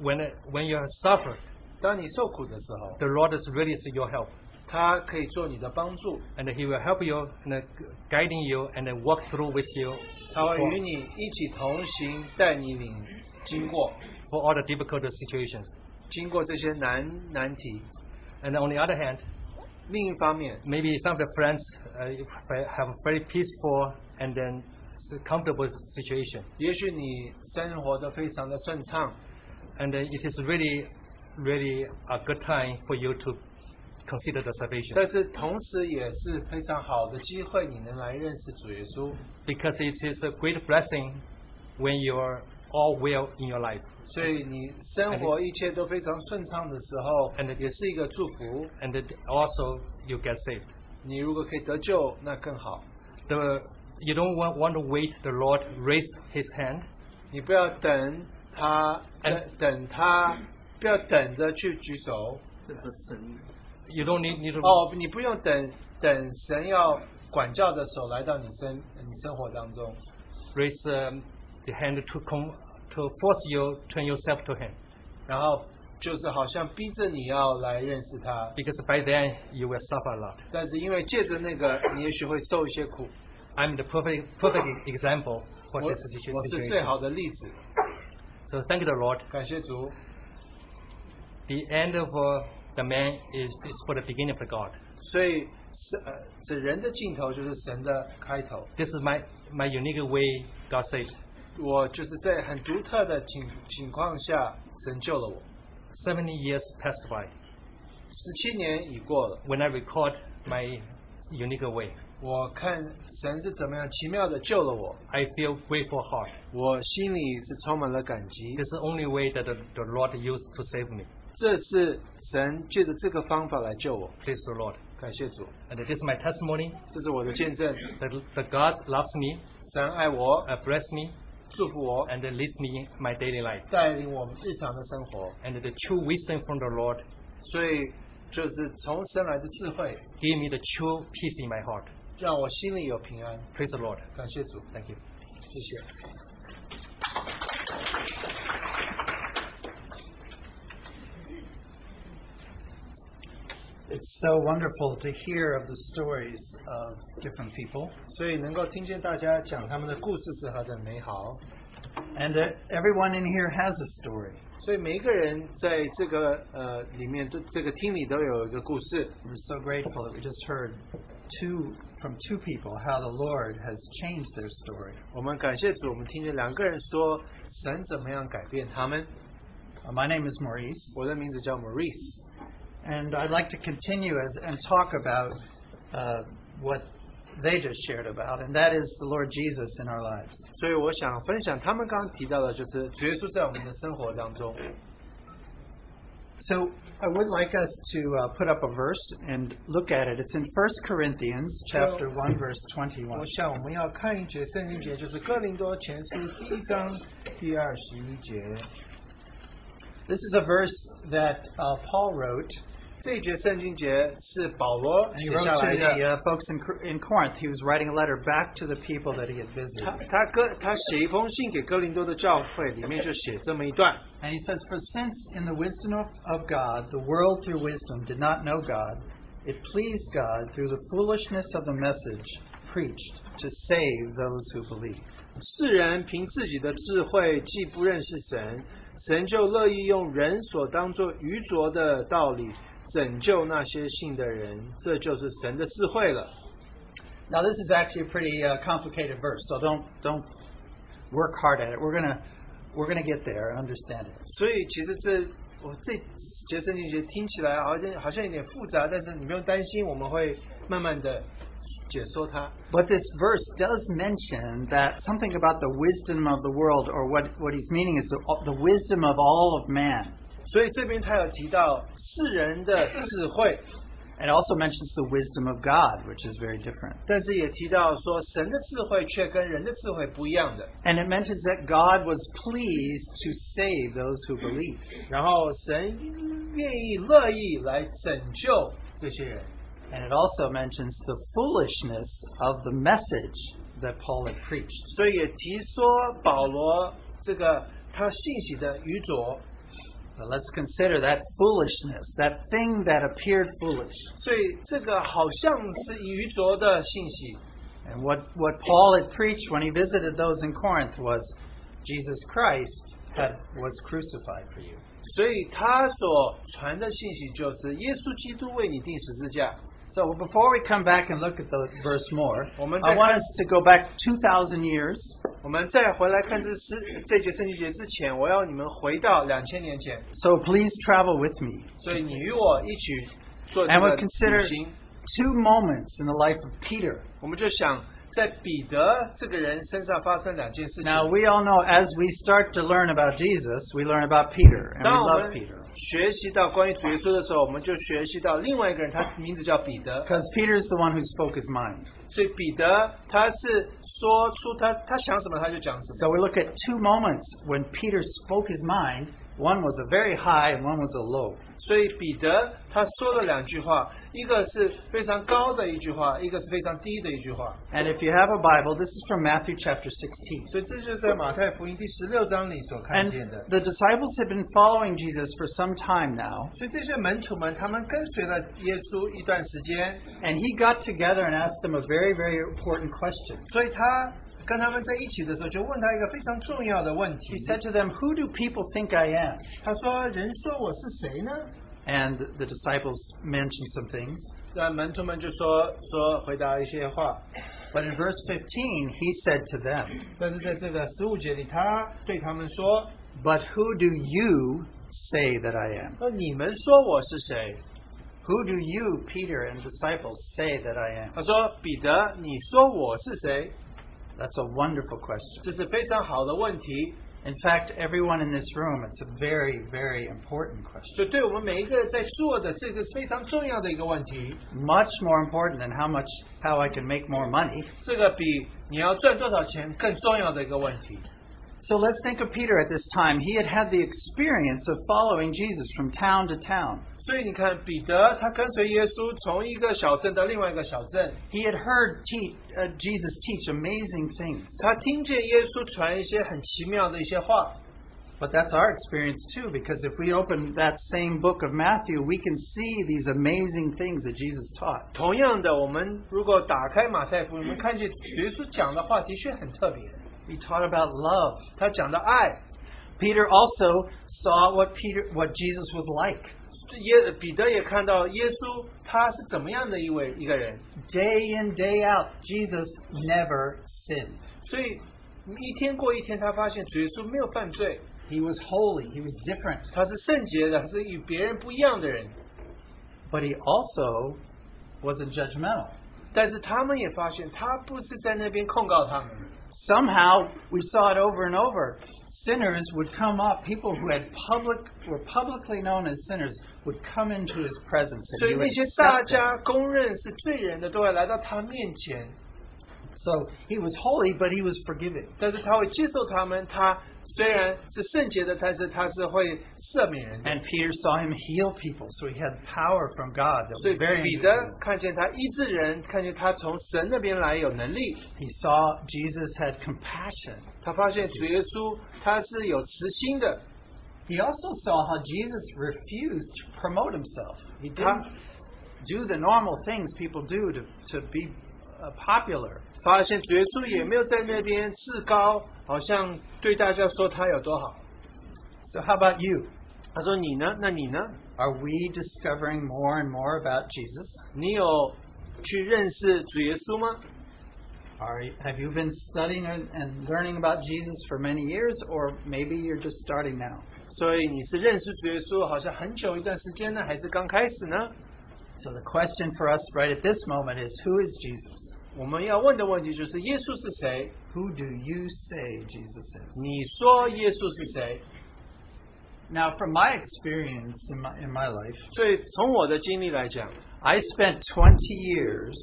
[SPEAKER 5] when when you suffer,
[SPEAKER 3] 当你受苦的时候，
[SPEAKER 5] the Lord is really is your help.
[SPEAKER 3] 他他可以做你的帮助，
[SPEAKER 7] and He will help you and uh, gu- guiding you and uh, walk through with you
[SPEAKER 3] 他会
[SPEAKER 7] for,
[SPEAKER 3] 与你一起同行，带你领经过
[SPEAKER 7] for all the difficult situations.
[SPEAKER 3] 经过这些难难题。
[SPEAKER 7] And on the other hand,
[SPEAKER 3] 另一方面，
[SPEAKER 7] maybe some of the friends uh, have a very peaceful and then s- comfortable situation,
[SPEAKER 3] 也许你生活的非常的顺畅，
[SPEAKER 7] and uh, it is really, really a good time for you to consider the salvation
[SPEAKER 3] 但是同时也是非常好的机会，你能来认识主耶稣。
[SPEAKER 7] because it is a great blessing when you're all well in your life.
[SPEAKER 3] 所以你生活一切都非常顺畅的时候
[SPEAKER 7] And，it-
[SPEAKER 3] 也是一个祝福。
[SPEAKER 7] and it also you get saved.
[SPEAKER 3] 你如果可以得救，那更好。
[SPEAKER 7] The, you don't want, want to wait the Lord raise His hand
[SPEAKER 3] 你不要等他，
[SPEAKER 7] And-
[SPEAKER 3] 等等他，不要等着去举手。
[SPEAKER 7] you don't need, need to
[SPEAKER 3] 哦，你不用等等神要管教的手来到你生你生活当中，
[SPEAKER 7] raise um, the hand to com- to force you turn yourself to Him,
[SPEAKER 3] 然后就是好像逼着你要来认识他，
[SPEAKER 7] because by then you will suffer a lot.
[SPEAKER 3] 但是因为借着那个，你也许会受一些苦。
[SPEAKER 7] I'm the perfect perfect example
[SPEAKER 3] 我
[SPEAKER 7] for
[SPEAKER 3] 我
[SPEAKER 7] this
[SPEAKER 3] 是最
[SPEAKER 7] situation.
[SPEAKER 3] 好的例子，
[SPEAKER 7] So thank the Lord.
[SPEAKER 3] 感谢主。
[SPEAKER 7] The end of uh, the man is, is for the beginning of the God.
[SPEAKER 3] 所以是呃，这人的尽头就是神的开头。
[SPEAKER 7] This is my my unique way God saved.
[SPEAKER 3] 我就是在很独特的情情况下，神救了我。
[SPEAKER 7] Seventy years passed by
[SPEAKER 3] 十七年已过了，
[SPEAKER 7] when I record my unique way.
[SPEAKER 3] 我看神是怎么样奇妙的救了我，
[SPEAKER 7] I feel grateful heart.
[SPEAKER 3] 我心里是充满了感激
[SPEAKER 7] This。is the only way that the, the Lord used to save me.
[SPEAKER 3] 这是神借着这个方法来救我，
[SPEAKER 7] Praise the Lord.
[SPEAKER 3] 感谢主，
[SPEAKER 7] And this is my testimony
[SPEAKER 3] 这是我的见证。
[SPEAKER 7] that, that God loves me,
[SPEAKER 3] 神爱我，
[SPEAKER 7] uh, bless me,
[SPEAKER 3] 祝福我，
[SPEAKER 7] and then leads me in my daily life.
[SPEAKER 3] 带领我们日常的生活。
[SPEAKER 7] And the true wisdom from the Lord
[SPEAKER 3] 所以，就是从神来的智慧，
[SPEAKER 7] gave me the true peace in my heart.
[SPEAKER 3] 让我心里有平安。
[SPEAKER 7] Praise the Lord.
[SPEAKER 3] 感谢主，
[SPEAKER 7] Thank you.
[SPEAKER 3] 谢谢。
[SPEAKER 5] It's so wonderful to hear of the stories of different people.
[SPEAKER 3] 所以能够听见大家讲他们的故事是何等美好。
[SPEAKER 5] And uh, everyone in here has a story.
[SPEAKER 3] 所以每一个人在这个呃里面都这个厅里都有一个故事。
[SPEAKER 5] We're so grateful that we just heard two from two people how the Lord has changed their story.
[SPEAKER 3] 我们感谢主，我们听见两个人说神怎么样改变他们。
[SPEAKER 5] Uh, my name is Maurice,
[SPEAKER 3] 我的名字叫 Maurice，
[SPEAKER 5] and I'd like to continue as and talk about uh, what they just shared about, and that is the Lord Jesus in our lives.
[SPEAKER 3] 所以我想分享他们刚刚提到的，就是主耶稣在我们的生活当中。
[SPEAKER 5] So I would like us to uh, put up a verse and look at it. It's in 1 Corinthians chapter 1 verse 21.
[SPEAKER 3] 我想我们要看一节圣经节，就是哥林多前书第一章第二十一节。
[SPEAKER 5] This is a verse that uh, Paul wrote.
[SPEAKER 3] 这一节圣经节是保罗
[SPEAKER 5] And
[SPEAKER 3] 写
[SPEAKER 5] he wrote
[SPEAKER 3] 下来
[SPEAKER 5] to
[SPEAKER 3] 的
[SPEAKER 5] the。uh, folks in, Cor- in Corinth. He was writing a letter back to the people that he had visited.
[SPEAKER 3] 他他哥他写一封信给哥林多的教会，里面就写这么一段。
[SPEAKER 5] And he says, For since in the wisdom of, of God, the world through wisdom did not know God, it pleased God through the foolishness of the message preached to save those who believe.
[SPEAKER 3] 世人凭自己的智慧既不认识神，神就乐意用人所当作愚拙的道理拯救那些信的人，这就是神的智慧了。
[SPEAKER 5] Now, this is actually a pretty uh, complicated verse, so don't, don't work hard at it. We're going to we're gonna get there and understand it.
[SPEAKER 3] 所以其实这我这节圣经节听起来好像好像有点复杂，但是你不用担心，我们会慢慢的解说它。
[SPEAKER 5] But this verse does mention that something about the wisdom of the world, or what, what he's meaning is the, the wisdom of all of man.
[SPEAKER 3] 所以这边他有提到世人的智慧，
[SPEAKER 5] It also mentions the wisdom of God, which is very different.
[SPEAKER 3] 但是也提到说神的智慧却跟人的智慧不一样的。
[SPEAKER 5] And it mentions that God was pleased to save those who believe.
[SPEAKER 3] 然后神愿意乐意来拯救这些人，
[SPEAKER 5] And it also mentions the foolishness of the message that Paul had preached.
[SPEAKER 3] 所以也提说保罗这个他信息的愚拙，
[SPEAKER 5] Uh, But let's consider that foolishness, that thing that appeared foolish.
[SPEAKER 3] 所以这个好像是愚拙的信息。
[SPEAKER 5] And what, what Paul had preached when he visited those in Corinth was Jesus Christ had, was crucified for you.
[SPEAKER 3] 所以他所传的信息就是耶稣基督为你定十字架。
[SPEAKER 5] So before we come back and look at the verse more, I
[SPEAKER 3] Woman-
[SPEAKER 5] want us to go back 2,000 years
[SPEAKER 3] 我们再回来看这诗这节圣经节之前，我要你们回到两千年前，
[SPEAKER 5] So please travel with me.
[SPEAKER 3] 所以你与我一起做这
[SPEAKER 5] And
[SPEAKER 3] 个
[SPEAKER 5] we'll consider
[SPEAKER 3] 旅行。
[SPEAKER 5] two moments in the life of Peter.
[SPEAKER 3] 我们就想在彼得这个人身上发生两件事情。
[SPEAKER 5] Now, we all know as we start to learn about Jesus, we learn about Peter, and
[SPEAKER 3] 当
[SPEAKER 5] we
[SPEAKER 3] 我
[SPEAKER 5] love
[SPEAKER 3] 们
[SPEAKER 5] Peter.
[SPEAKER 3] 学习到关于主耶稣的时候，我们就学习到另外一个人，他名字叫彼得。
[SPEAKER 5] Because Peter's the one who spoke his mind.
[SPEAKER 3] 所以彼得他是说出他他想什么他就讲什么。
[SPEAKER 5] So we look at two moments when Peter spoke his mind. One was a very high and one was a low.
[SPEAKER 3] 所以彼得他说了两句话，一个是非常高的一句话，一个是非常低的一句话。
[SPEAKER 5] And if you have a Bible, this is from Matthew chapter 16.
[SPEAKER 3] 所以这就是在马太福音第十六章里所看
[SPEAKER 5] And
[SPEAKER 3] 见的。
[SPEAKER 5] the disciples had been following Jesus for some time now.
[SPEAKER 3] 所以这些门徒们，他们跟随了耶稣一段时间，
[SPEAKER 5] And he got together and asked them a very, very important question.
[SPEAKER 3] 所以他跟他们在一起的时候，就问他一个非常重要的问题
[SPEAKER 5] He。said to them, Who do people think I am?
[SPEAKER 3] 他说：“人说我是谁呢
[SPEAKER 5] And the disciples mentioned some things.？”
[SPEAKER 3] 那门徒们就说说回答一些话，
[SPEAKER 5] But in verse 15, he said to them,
[SPEAKER 3] 但是在这个十五节里，他对他们说
[SPEAKER 5] But who do you say that I am?：“
[SPEAKER 3] 那你们说我是谁
[SPEAKER 5] Who do you, Peter and disciples, say that I？”
[SPEAKER 3] 他
[SPEAKER 5] am?
[SPEAKER 3] 说：“彼得，你说我是谁
[SPEAKER 5] That's a wonderful？”question.
[SPEAKER 3] 这是非常好的问题，
[SPEAKER 5] In fact, everyone in this room, it's a very, very important question.
[SPEAKER 3] 所以对我们每一个在座的这个是非常重要的一个问题。
[SPEAKER 5] Much more important than how much, how I can make more money.
[SPEAKER 3] 这个比你要赚多少钱更重要的一个问题。
[SPEAKER 5] So let's think of Peter at this time. He had had the experience of following Jesus from town to town.
[SPEAKER 3] 所以你看，彼得他跟随耶稣从一个小镇到另外一个小镇，
[SPEAKER 5] He had heard te- uh, Jesus teach amazing things.
[SPEAKER 3] 他听见耶稣传一些很奇妙的一些话。
[SPEAKER 5] But that's our experience too, because if we open that same book of Matthew, we can see these amazing things that Jesus taught.
[SPEAKER 3] 同样的，我们如果打开马太
[SPEAKER 5] 嗯
[SPEAKER 3] 福音，我们看见耶稣讲的话的确很特别。
[SPEAKER 5] He taught about love.
[SPEAKER 3] 他讲的爱，
[SPEAKER 5] Peter also saw what Peter, what Jesus was like.
[SPEAKER 3] 耶彼得也看到耶稣他是怎么样的一位一个人，
[SPEAKER 5] Day in, day out, Jesus never sinned.
[SPEAKER 3] 所以一天过一天，他发现主耶稣没有犯罪，
[SPEAKER 5] He was holy. He was different.
[SPEAKER 3] 他是圣洁的，他是与别人不一样的人。
[SPEAKER 5] But he also wasn't judgmental.
[SPEAKER 3] 但是他们也发现，他不是在那边控告他们，
[SPEAKER 5] Somehow we saw it over and over. Sinners would come up. People who had public were publicly known as sinners would come into his presence.
[SPEAKER 3] 所
[SPEAKER 5] And
[SPEAKER 3] 以
[SPEAKER 5] he
[SPEAKER 3] 那
[SPEAKER 5] would
[SPEAKER 3] 些大
[SPEAKER 5] accept them.
[SPEAKER 3] 家公认是罪人的，都会来到他面前。
[SPEAKER 5] So he was holy, but he was forgiving.
[SPEAKER 3] 但是他会接受他们，他虽然是圣洁的，但是他是会赦免人的。
[SPEAKER 5] And Peter saw him heal people, so he had power from God that
[SPEAKER 3] 所
[SPEAKER 5] was
[SPEAKER 3] 以
[SPEAKER 5] very
[SPEAKER 3] 彼得
[SPEAKER 5] unusual.
[SPEAKER 3] 看见他医治人，看见他从神那边来有能力，
[SPEAKER 5] He saw Jesus had compassion.
[SPEAKER 3] 他发现主耶稣他是有慈心的，
[SPEAKER 5] He also saw how Jesus refused to promote himself. He didn't do the normal things people do to, to be uh, popular.
[SPEAKER 3] 发现主耶稣也没有在那边自高，好像对大家说他有多好。
[SPEAKER 5] So how about you?
[SPEAKER 3] 他说：“你呢？那你呢？
[SPEAKER 5] Are we discovering more and more about Jesus?
[SPEAKER 3] 你有去认识主耶稣吗？
[SPEAKER 5] Are, have you been studying and, and learning about Jesus for many years, or maybe you're just starting now?
[SPEAKER 3] 所以你是认识主耶稣好像很久一段时间呢，还是刚开始呢？
[SPEAKER 5] So the question for us right at this moment is who is Jesus?
[SPEAKER 3] 我们要问的问题就是：耶稣是谁？
[SPEAKER 5] Who do you say Jesus is?
[SPEAKER 3] 你说耶稣是谁？
[SPEAKER 5] Now, from my experience in my, in my life,
[SPEAKER 3] 所以从我的经历来讲，
[SPEAKER 5] I spent 20 years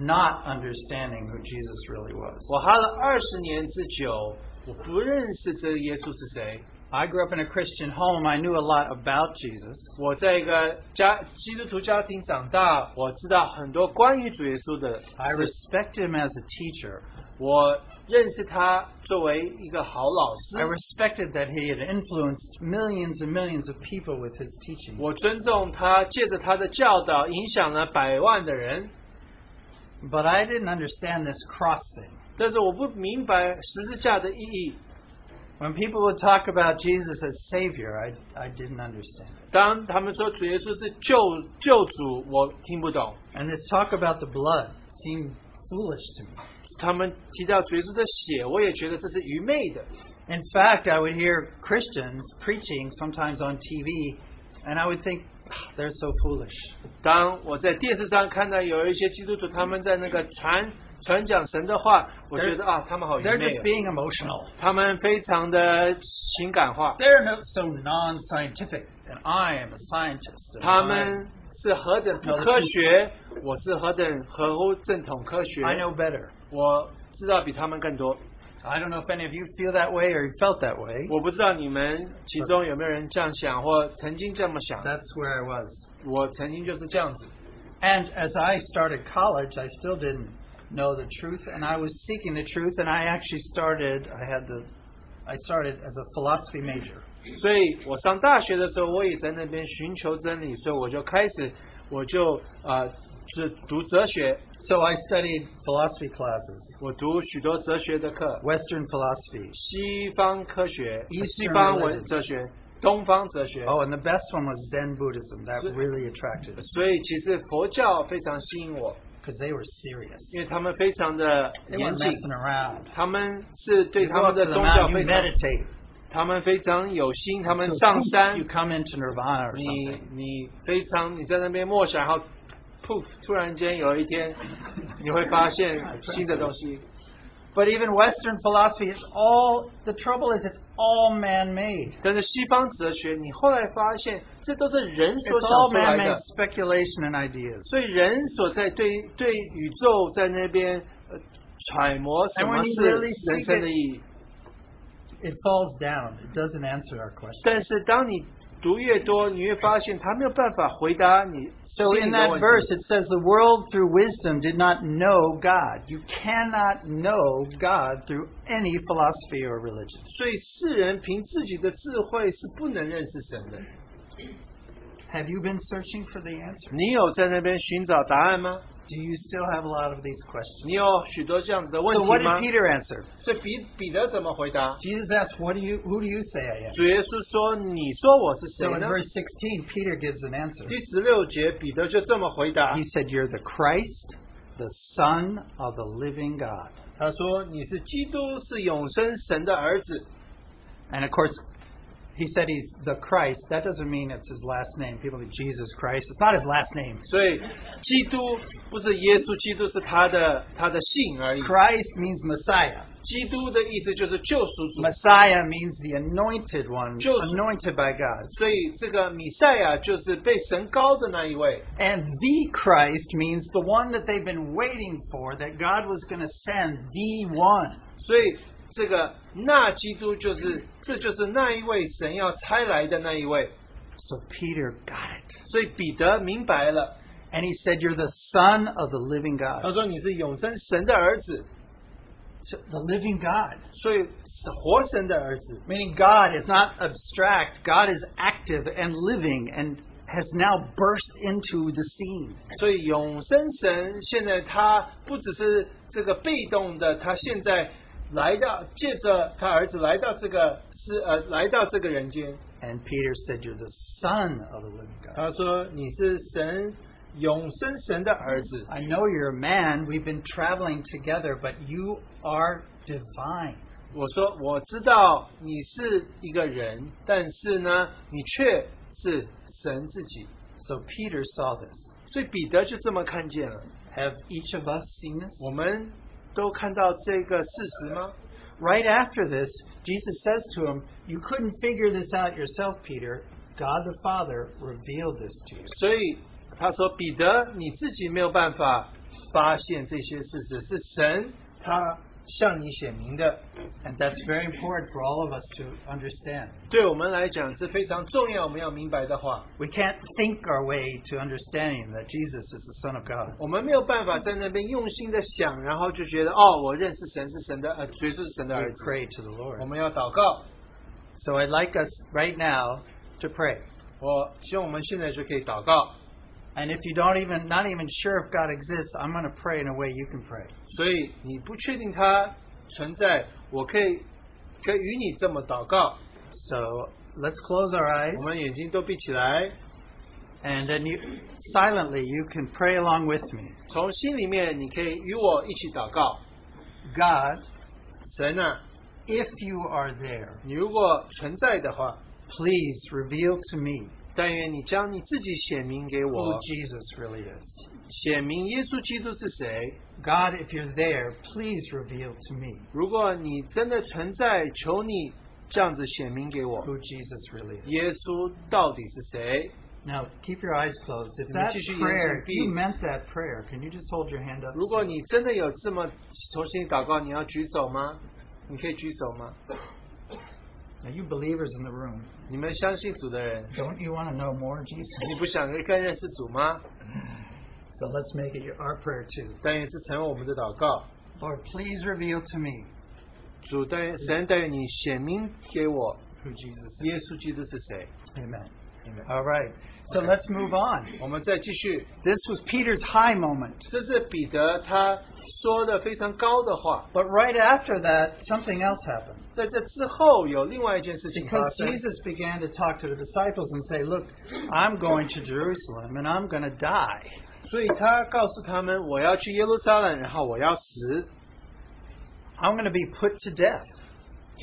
[SPEAKER 5] not understanding who Jesus really was.
[SPEAKER 3] 我花了二十年之久，我不认识这耶稣是谁。
[SPEAKER 5] I grew up in a Christian home. I knew a lot about Jesus.
[SPEAKER 3] 我在一个家基督徒家庭长大，我知道很多关于主耶稣的
[SPEAKER 5] I
[SPEAKER 3] 事。
[SPEAKER 5] respect him as a teacher.
[SPEAKER 3] 我认识他作为一个好老
[SPEAKER 5] I
[SPEAKER 3] 师，
[SPEAKER 5] respected that he had influenced millions and millions of people with his teaching.
[SPEAKER 3] 我尊重他，借着他的教导影响了百万的人。
[SPEAKER 5] But I didn't understand this cross thing.
[SPEAKER 3] 但是我不明白十字架的意义。
[SPEAKER 5] When people would talk about Jesus as Savior, I, I didn't understand it.
[SPEAKER 3] 当他们说主耶稣是救救主，我听不懂。
[SPEAKER 5] And this talk about the blood seemed foolish to me.
[SPEAKER 3] 他们提到主耶稣的血，我也觉得这是愚昧的。
[SPEAKER 5] In fact, I would hear Christians preaching sometimes on TV, and I would think, "Ah, they're so foolish.
[SPEAKER 3] 当我在电视上看到有一些基督徒他们在那个传传讲神的话，我觉得啊，他们好愚
[SPEAKER 5] They're
[SPEAKER 3] 昧、啊
[SPEAKER 5] just，being emotional.
[SPEAKER 3] 他们非常的情感化，
[SPEAKER 5] They're not so non scientific, and I am a scientist. and
[SPEAKER 3] 他
[SPEAKER 5] I-
[SPEAKER 3] 们是何等不科学，我是何等合乎正统科学，
[SPEAKER 5] I know better.
[SPEAKER 3] 我知道比他们更多。
[SPEAKER 5] I don't know if any of you feel that way or you felt that way.
[SPEAKER 3] 我不知道你们其中有没有人这样想或曾经这么想，
[SPEAKER 5] That's where I was.
[SPEAKER 3] 我曾经就是这样子。
[SPEAKER 5] And as I started college, I still didn't know the truth, and I was seeking the truth, and I actually started, I had the, I started as a philosophy major.
[SPEAKER 3] 所以我上大学的时候，我也在那边寻求真理，所以我就开始，我就呃是读哲学，
[SPEAKER 5] So I studied philosophy classes,
[SPEAKER 3] 我读许多哲学的课，
[SPEAKER 5] Western philosophy.
[SPEAKER 3] 西方科学、哦
[SPEAKER 5] Eastern
[SPEAKER 3] 西方文哲学、东方哲学。
[SPEAKER 5] Oh, and the best one was Zen Buddhism. That
[SPEAKER 3] So-
[SPEAKER 5] really attracted us
[SPEAKER 3] 所以其实佛教非常吸引我，
[SPEAKER 5] because they were serious.
[SPEAKER 3] 因为他们非常的
[SPEAKER 5] They
[SPEAKER 3] 严
[SPEAKER 5] weren't
[SPEAKER 3] 谨，
[SPEAKER 5] messing around.
[SPEAKER 3] 他们是对
[SPEAKER 5] You
[SPEAKER 3] 他
[SPEAKER 5] go
[SPEAKER 3] 们
[SPEAKER 5] up to
[SPEAKER 3] 的
[SPEAKER 5] the
[SPEAKER 3] 宗教
[SPEAKER 5] mountain,
[SPEAKER 3] 非
[SPEAKER 5] you
[SPEAKER 3] 常，
[SPEAKER 5] meditate.
[SPEAKER 3] 他们非常有心，他们
[SPEAKER 5] So
[SPEAKER 3] 上
[SPEAKER 5] you
[SPEAKER 3] 山，
[SPEAKER 5] come into nirvana or
[SPEAKER 3] 你
[SPEAKER 5] something.
[SPEAKER 3] 你非常你在那边默想，然后 poof，突然间有一天你会发现新的
[SPEAKER 5] (laughs)
[SPEAKER 3] 东西。
[SPEAKER 5] But even Western philosophy is all the trouble is it's all man-made.
[SPEAKER 3] 但是西方哲学，你后来发现这都是人所
[SPEAKER 5] It's
[SPEAKER 3] 想
[SPEAKER 5] all
[SPEAKER 3] 出来的
[SPEAKER 5] man-made，speculation and ideas.
[SPEAKER 3] 所以人所在对对宇宙在那边、呃、揣摩什
[SPEAKER 5] And
[SPEAKER 3] 么
[SPEAKER 5] when you
[SPEAKER 3] 是
[SPEAKER 5] really
[SPEAKER 3] 人生的意义。
[SPEAKER 5] It falls down. It doesn't answer our question.
[SPEAKER 3] 但是当你读越多，你会发现他没有办法回答你
[SPEAKER 5] So
[SPEAKER 3] 心
[SPEAKER 5] in
[SPEAKER 3] 里的
[SPEAKER 5] that
[SPEAKER 3] 问题。
[SPEAKER 5] verse it says the world through wisdom did not know God. You cannot know God through any philosophy or religion.
[SPEAKER 3] 所以世人凭自己的智慧是不能认识神的。
[SPEAKER 5] Have you been searching for the answer?
[SPEAKER 3] 你有在那边寻找答案吗？
[SPEAKER 5] Do you still have a lot of these questions?
[SPEAKER 3] 你有许多这样子的问
[SPEAKER 5] So what did
[SPEAKER 3] 题吗？
[SPEAKER 5] Peter answer?
[SPEAKER 3] 所以彼彼得怎么回答？
[SPEAKER 5] Jesus asked, "What do you who do you say I am?"
[SPEAKER 3] 主耶稣说：“你说我是
[SPEAKER 5] So
[SPEAKER 3] 谁
[SPEAKER 5] in
[SPEAKER 3] 呢？”
[SPEAKER 5] verse 16 Peter gives an answer.
[SPEAKER 3] 第十六节，彼得就这么回答
[SPEAKER 5] He said, "You're the Christ, the Son of the living God."
[SPEAKER 3] 他说：“你是基督，是永生神的儿子。
[SPEAKER 5] And of course, he said he's the Christ. That doesn't mean it's his last name. People think Jesus Christ. It's not his last name. ”
[SPEAKER 3] 所以，基督不是耶稣，基督是他的他的姓而已。
[SPEAKER 5] Christ means Messiah.
[SPEAKER 3] 基督的意思就是救赎主，
[SPEAKER 5] Messiah means the anointed one,
[SPEAKER 3] Just-
[SPEAKER 5] anointed by God.
[SPEAKER 3] 所以这个米赛亚就是被神高的那一位。
[SPEAKER 5] And the Christ means the one that they've been waiting for, that God was going to send the one.
[SPEAKER 3] 所以，这个那基督就是这就是那一位神要差来的那一位。
[SPEAKER 5] So Peter got it.
[SPEAKER 3] 所以彼得明白了，
[SPEAKER 5] And he said, You're the Son of the living
[SPEAKER 3] 他
[SPEAKER 5] God.
[SPEAKER 3] 说：“你是永生神的儿子，
[SPEAKER 5] So The living God.
[SPEAKER 3] 所以是活神的儿子。”
[SPEAKER 5] Meaning God is not abstract, God is active and living and has now burst into the scene.
[SPEAKER 3] 所以永生神现在他不只是这个被动的，他现在来到借着他儿子来到这个是呃来到这个人间。
[SPEAKER 5] And Peter said, You're the Son of the living God.
[SPEAKER 3] 他说你是神永生神的儿子，
[SPEAKER 5] I know you're a man. We've been traveling together, but you are divine.
[SPEAKER 3] 我说我知道你是一个人，但是呢你却是神自己。
[SPEAKER 5] So Peter saw this.
[SPEAKER 3] 所以彼得就这么看见了。
[SPEAKER 5] Have each of us seen this?
[SPEAKER 3] 我们都看到这个事实吗？
[SPEAKER 5] Right after this, Jesus says to him, You couldn't figure this out yourself, Peter. God the Father revealed this to you.
[SPEAKER 3] 所以他说：“彼得，你自己没有办法发现这些事实，是神他向你显明的。
[SPEAKER 5] And that's very important for all of us to understand.
[SPEAKER 3] 对我们来讲，这非常重要，我们要明白的话，
[SPEAKER 5] We can't think our way to understanding that Jesus is the Son of God.
[SPEAKER 3] 我们没有办法在那边用心的想，然后就觉得哦，我认识神是神的，呃，耶稣是神的
[SPEAKER 5] We
[SPEAKER 3] 儿子。
[SPEAKER 5] pray to the Lord.
[SPEAKER 3] 我们要祷告，
[SPEAKER 5] So I'd like us right now to pray.
[SPEAKER 3] 我希望我们现在就可以祷告。
[SPEAKER 5] And if you don't even not even sure if God exists, I'm going to pray in a way you can pray.
[SPEAKER 3] 所以你不确定它存在，我可以可以与你这么祷告。
[SPEAKER 5] So let's close our eyes
[SPEAKER 3] 我们眼睛都闭起来，
[SPEAKER 5] and then you silently you can pray along with me.
[SPEAKER 3] 从心里面你可以与我一起祷告。
[SPEAKER 5] God,
[SPEAKER 3] 神啊，
[SPEAKER 5] if you are there,
[SPEAKER 3] 你如果存在的话，
[SPEAKER 5] please reveal to me
[SPEAKER 3] 但愿你将你自己显明给
[SPEAKER 5] who
[SPEAKER 3] 我，
[SPEAKER 5] Jesus really is.
[SPEAKER 3] 显明耶稣基督是谁。
[SPEAKER 5] God, if you're there, please reveal to me
[SPEAKER 3] 如果你真的存在，求你这样子显明给我，
[SPEAKER 5] who Jesus really is.
[SPEAKER 3] 耶稣到底是谁？
[SPEAKER 5] Now, keep your eyes closed. If
[SPEAKER 3] Let me
[SPEAKER 5] that
[SPEAKER 3] teach you
[SPEAKER 5] prayer, if
[SPEAKER 3] something.
[SPEAKER 5] you meant that prayer, can you just hold your hand up?
[SPEAKER 3] 如果你真的有这么重新祷告，你要举手吗？你可以举手吗？
[SPEAKER 5] Now, you believers in the room,
[SPEAKER 3] 你们相信主的人，
[SPEAKER 5] don't you want to know more Jesus?
[SPEAKER 3] 你不想更认识主吗？
[SPEAKER 5] So let's make it your, our prayer too.
[SPEAKER 3] 但愿这成为我们的祷告。
[SPEAKER 5] Lord, please reveal to me
[SPEAKER 3] 主但愿神但愿你显明给我
[SPEAKER 5] who Jesus
[SPEAKER 3] 耶
[SPEAKER 5] is.
[SPEAKER 3] 稣基督是谁。
[SPEAKER 5] Amen.
[SPEAKER 3] Amen.
[SPEAKER 5] All right. So let's move on.
[SPEAKER 3] 我们再继续，
[SPEAKER 5] This was Peter's high moment.
[SPEAKER 3] 这是彼得他说的非常高的话。
[SPEAKER 5] But right after that, something else happened.
[SPEAKER 3] 在这之后有另外一件事情发
[SPEAKER 5] Because
[SPEAKER 3] 生，
[SPEAKER 5] Jesus began to talk to the disciples and say, Look, I'm going to Jerusalem and I'm going to die.
[SPEAKER 3] 所以他告诉他们，我要去耶路撒冷，然后我要死，
[SPEAKER 5] I'm going to be put to death.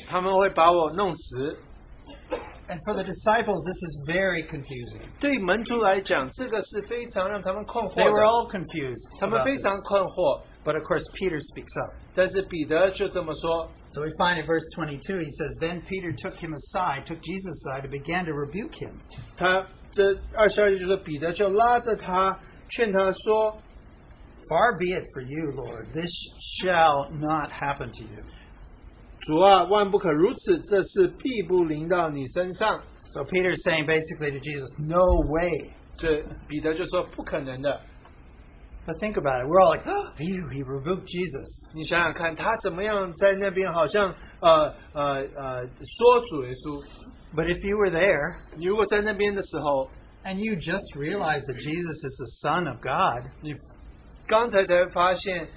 [SPEAKER 3] 他们会把我弄死。
[SPEAKER 5] And for the disciples, this is very confusing.
[SPEAKER 3] 对门徒来讲，这个是非常让他们困惑
[SPEAKER 5] They were
[SPEAKER 3] 的，
[SPEAKER 5] all confused.
[SPEAKER 3] 他们
[SPEAKER 5] about
[SPEAKER 3] 非
[SPEAKER 5] this.
[SPEAKER 3] 常困惑。
[SPEAKER 5] But of course, Peter speaks up.
[SPEAKER 3] 但是彼得就这么说，
[SPEAKER 5] So we find in verse 22, he says, Then Peter took him aside, took Jesus aside, and began to rebuke him.
[SPEAKER 3] 他这二十二节就说，彼得就拉着他，劝他说
[SPEAKER 5] Far be it for you, Lord, this shall not happen to you.：“
[SPEAKER 3] 主啊，万不可如此，这事必不临到你身上。
[SPEAKER 5] So Peter's saying basically to Jesus, No way. ”
[SPEAKER 3] 这彼得就说：“不可能的。
[SPEAKER 5] But think about it. We're all like, oh, phew, he rebuked Jesus. ”
[SPEAKER 3] 你想想看，他怎么样在那边好像呃呃呃说主耶稣。
[SPEAKER 5] But if you were there
[SPEAKER 3] 你如果在那边的时候，
[SPEAKER 5] and you just realized that Jesus is the Son of God,
[SPEAKER 3] 你刚才才发现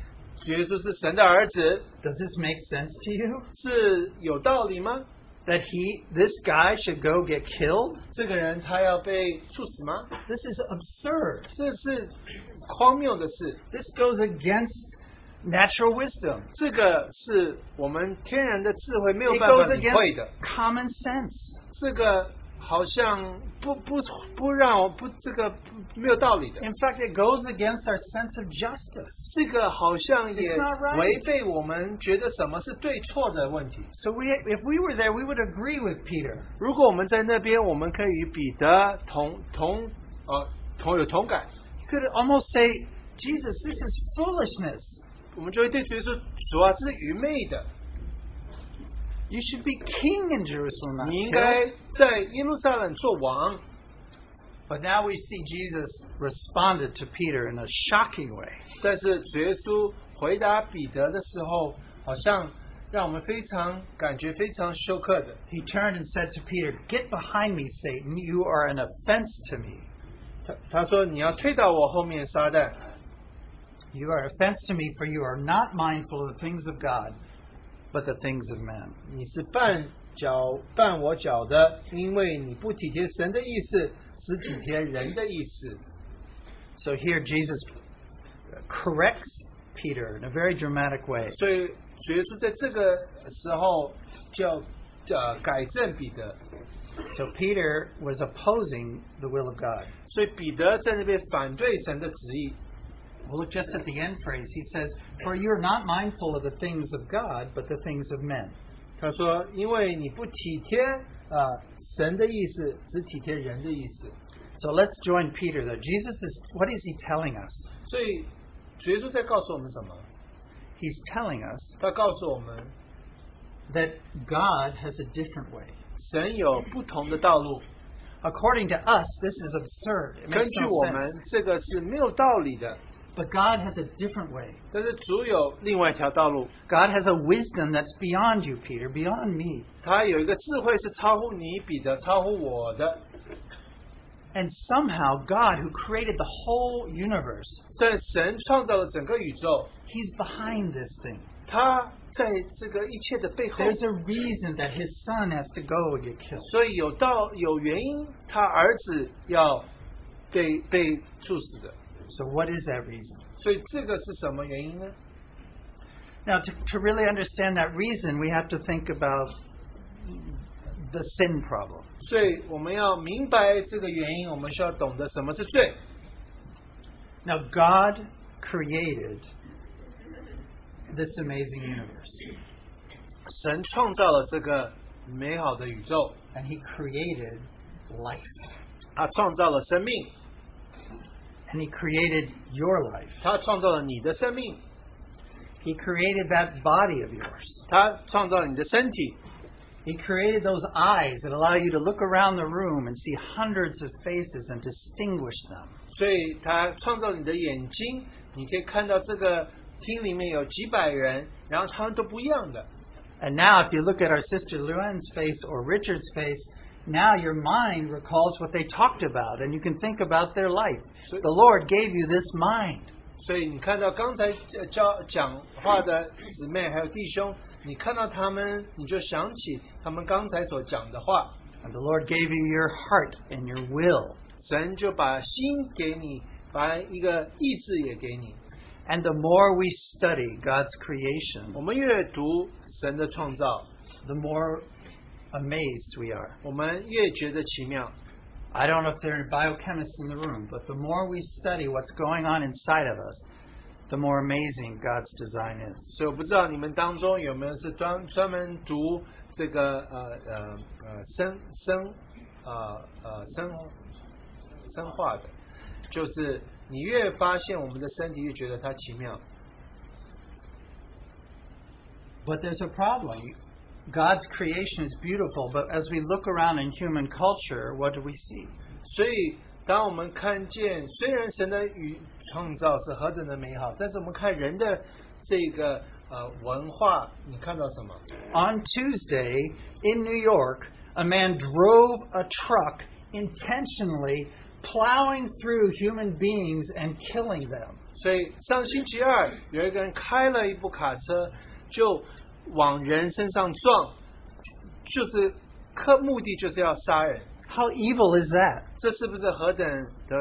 [SPEAKER 3] 耶稣是神的儿子，
[SPEAKER 5] does this make sense to you?
[SPEAKER 3] 是有道理吗？
[SPEAKER 5] That he, this guy, should go get killed?
[SPEAKER 3] 这个人他要被处死吗？
[SPEAKER 5] This is absurd.
[SPEAKER 3] 这是荒谬的事，
[SPEAKER 5] This goes against natural wisdom.
[SPEAKER 3] 这个是我们天然的智慧没有
[SPEAKER 5] It
[SPEAKER 3] 办法
[SPEAKER 5] goes
[SPEAKER 3] 理会的
[SPEAKER 5] against。common sense.
[SPEAKER 3] 这个好像不不不让我不这个不没有道理的，
[SPEAKER 5] In fact, it goes against our sense of justice.
[SPEAKER 3] 这个好像也
[SPEAKER 5] It's not right.
[SPEAKER 3] 违背我们觉得什么是对错的问题。
[SPEAKER 5] So we, if we were there, we would agree with Peter.
[SPEAKER 3] 如果我们在那边，我们可以与彼得同同呃同有同感，
[SPEAKER 5] Could almost say, Jesus, this is foolishness.
[SPEAKER 3] 我们就会对主耶稣主啊，这是愚昧的，
[SPEAKER 5] You should be king in Jerusalem, not
[SPEAKER 3] 你
[SPEAKER 5] killed."
[SPEAKER 3] 应该在耶路撒冷做王。
[SPEAKER 5] But now we see Jesus responded to Peter in a shocking way.
[SPEAKER 3] 但是主耶稣回答彼得的时候，好像让我们非常感觉非常休克的。
[SPEAKER 5] He turned and said to Peter, Get behind me, Satan. You are an offense to me.
[SPEAKER 3] 他他说：“你要推到我后面，撒旦，
[SPEAKER 5] You are an offense to me, for you are not mindful of the things of God, but the things of men.
[SPEAKER 3] 你是绊脚绊我脚的，因为你不体贴神的意思，只体贴人的意思。”
[SPEAKER 5] So here Jesus corrects Peter in a very dramatic way.
[SPEAKER 3] 所以主耶稣在这个时候叫呃改正彼得，
[SPEAKER 5] So Peter was opposing the will of God.
[SPEAKER 3] 所以彼得在那边反对神的旨意。
[SPEAKER 5] Well, look just at the end phrase. He says, For you're not mindful of the things of God, but the things of men.
[SPEAKER 3] 他说：“因为你不体贴呃神的意思，只体贴人的意思。
[SPEAKER 5] So let's join Peter though. Jesus is what is he telling us? ”
[SPEAKER 3] 所以主耶稣在告诉我们什么？
[SPEAKER 5] he's telling us
[SPEAKER 3] 他告诉我们，
[SPEAKER 5] that God has a different way.
[SPEAKER 3] 神有不同的道路。
[SPEAKER 5] According to us, this is absurd. It
[SPEAKER 3] 根
[SPEAKER 5] makes
[SPEAKER 3] 据
[SPEAKER 5] no
[SPEAKER 3] 我
[SPEAKER 5] sense.
[SPEAKER 3] 们，这个是没有道理的。
[SPEAKER 5] But God has a different way.
[SPEAKER 3] 但是主有另外一条道路，
[SPEAKER 5] God has a wisdom that's beyond you, Peter, beyond me.
[SPEAKER 3] 他有一个智慧是超乎你比的，超乎我的。
[SPEAKER 5] And somehow, God, who created the whole universe,
[SPEAKER 3] 但神创造了整个宇宙，
[SPEAKER 5] He's behind this thing.
[SPEAKER 3] 他在这个一切的背后，
[SPEAKER 5] There's a reason that His Son has to go and get killed.
[SPEAKER 3] 所以有道有原因，他儿子要被被处死的。
[SPEAKER 5] So, what is that reason?
[SPEAKER 3] 所以这个是什么原因呢？
[SPEAKER 5] Now, to, to really understand that reason, we have to think about the sin problem.
[SPEAKER 3] 所以我们要明白这个原因，我们需要懂得什么是罪。
[SPEAKER 5] Now, God created this amazing universe,
[SPEAKER 3] 神创造了这个美好的宇宙，
[SPEAKER 5] and He created life,
[SPEAKER 3] 他创造了生命，
[SPEAKER 5] and He created your life.
[SPEAKER 3] 他创造了你的生命，
[SPEAKER 5] He created that body of yours.
[SPEAKER 3] 他创造了你的身体，
[SPEAKER 5] He created those eyes that allow you to look around the room and see hundreds of faces and distinguish them.
[SPEAKER 3] 所以他创造了你的眼睛，你可以看到这个厅里面有几百人，然后他们都不一样的。
[SPEAKER 5] And now, if you look at our sister Luann's face or Richard's face, now your mind recalls what they talked about and you can think about their life.
[SPEAKER 3] So-
[SPEAKER 5] The Lord gave you this mind.
[SPEAKER 3] 所以你看到刚才呃教讲话的姊妹还有弟兄，你看到他们，你就想起他们刚才所讲的话，
[SPEAKER 5] And the Lord gave you your heart and your will.
[SPEAKER 3] 神就把心给你，把一个意志也给你。
[SPEAKER 5] And the more we study God's creation,
[SPEAKER 3] 我们阅读神的创造，
[SPEAKER 5] the more amazed we are.
[SPEAKER 3] 我们越觉得奇妙。
[SPEAKER 5] I don't know if there are biochemists in the room, but the more we study what's going on inside of us, the more amazing God's design is.
[SPEAKER 3] 所以我不知道你们当中有没有是专专门读这个呃呃呃生生呃呃生生化的，就是你越发现我们的身体越觉得它奇妙，
[SPEAKER 5] But there's a problem. God's creation is beautiful, but as we look around in human culture, what do we see?
[SPEAKER 3] 所以当我们看见虽然神的与创造是何等的美好，但是我们看人的这个呃文化，你看到什么？
[SPEAKER 5] On Tuesday in New York, a man drove a truck intentionally plowing through human beings and killing them.
[SPEAKER 3] 所以上星期二有一个人开了一部卡车，就往人身上撞，就是科目的就是要杀人，
[SPEAKER 5] How evil is that?
[SPEAKER 3] 这是不是何等的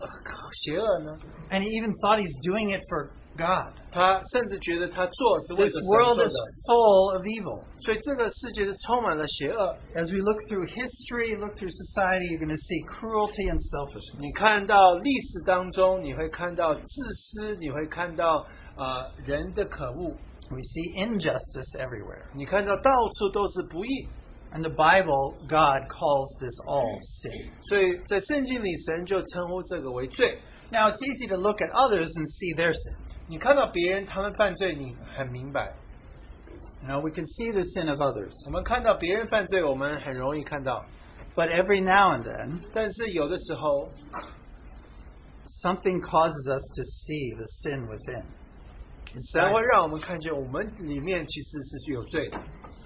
[SPEAKER 3] 呃邪恶呢？
[SPEAKER 5] And he even thought he's doing it for God.
[SPEAKER 3] 他甚至觉得他做是为了
[SPEAKER 5] This
[SPEAKER 3] 神做
[SPEAKER 5] world
[SPEAKER 3] 的，
[SPEAKER 5] is full of evil.
[SPEAKER 3] 所以这个世界是充满了邪恶。
[SPEAKER 5] As we look through history, look through society, you're going to see cruelty and selfishness.
[SPEAKER 3] 你看到历史当中，你会看到自私，你会看到呃人的可恶，
[SPEAKER 5] We see injustice everywhere.
[SPEAKER 3] 你看到到处都是不义，
[SPEAKER 5] And the Bible, God calls this all sin.
[SPEAKER 3] 所以在圣经里，神就称呼这个为罪。
[SPEAKER 5] Now, it's easy to look at others and see their sin.
[SPEAKER 3] 你看到别人他们犯罪，你很明白；
[SPEAKER 5] You know, we can see the sin of others.
[SPEAKER 3] 我们看到别人犯罪，我们很容易看到。
[SPEAKER 5] But every now and then,
[SPEAKER 3] 但是有的时候，
[SPEAKER 5] something causes us to see the sin within.
[SPEAKER 3] 神会让我们看见我们里面其实是有罪的。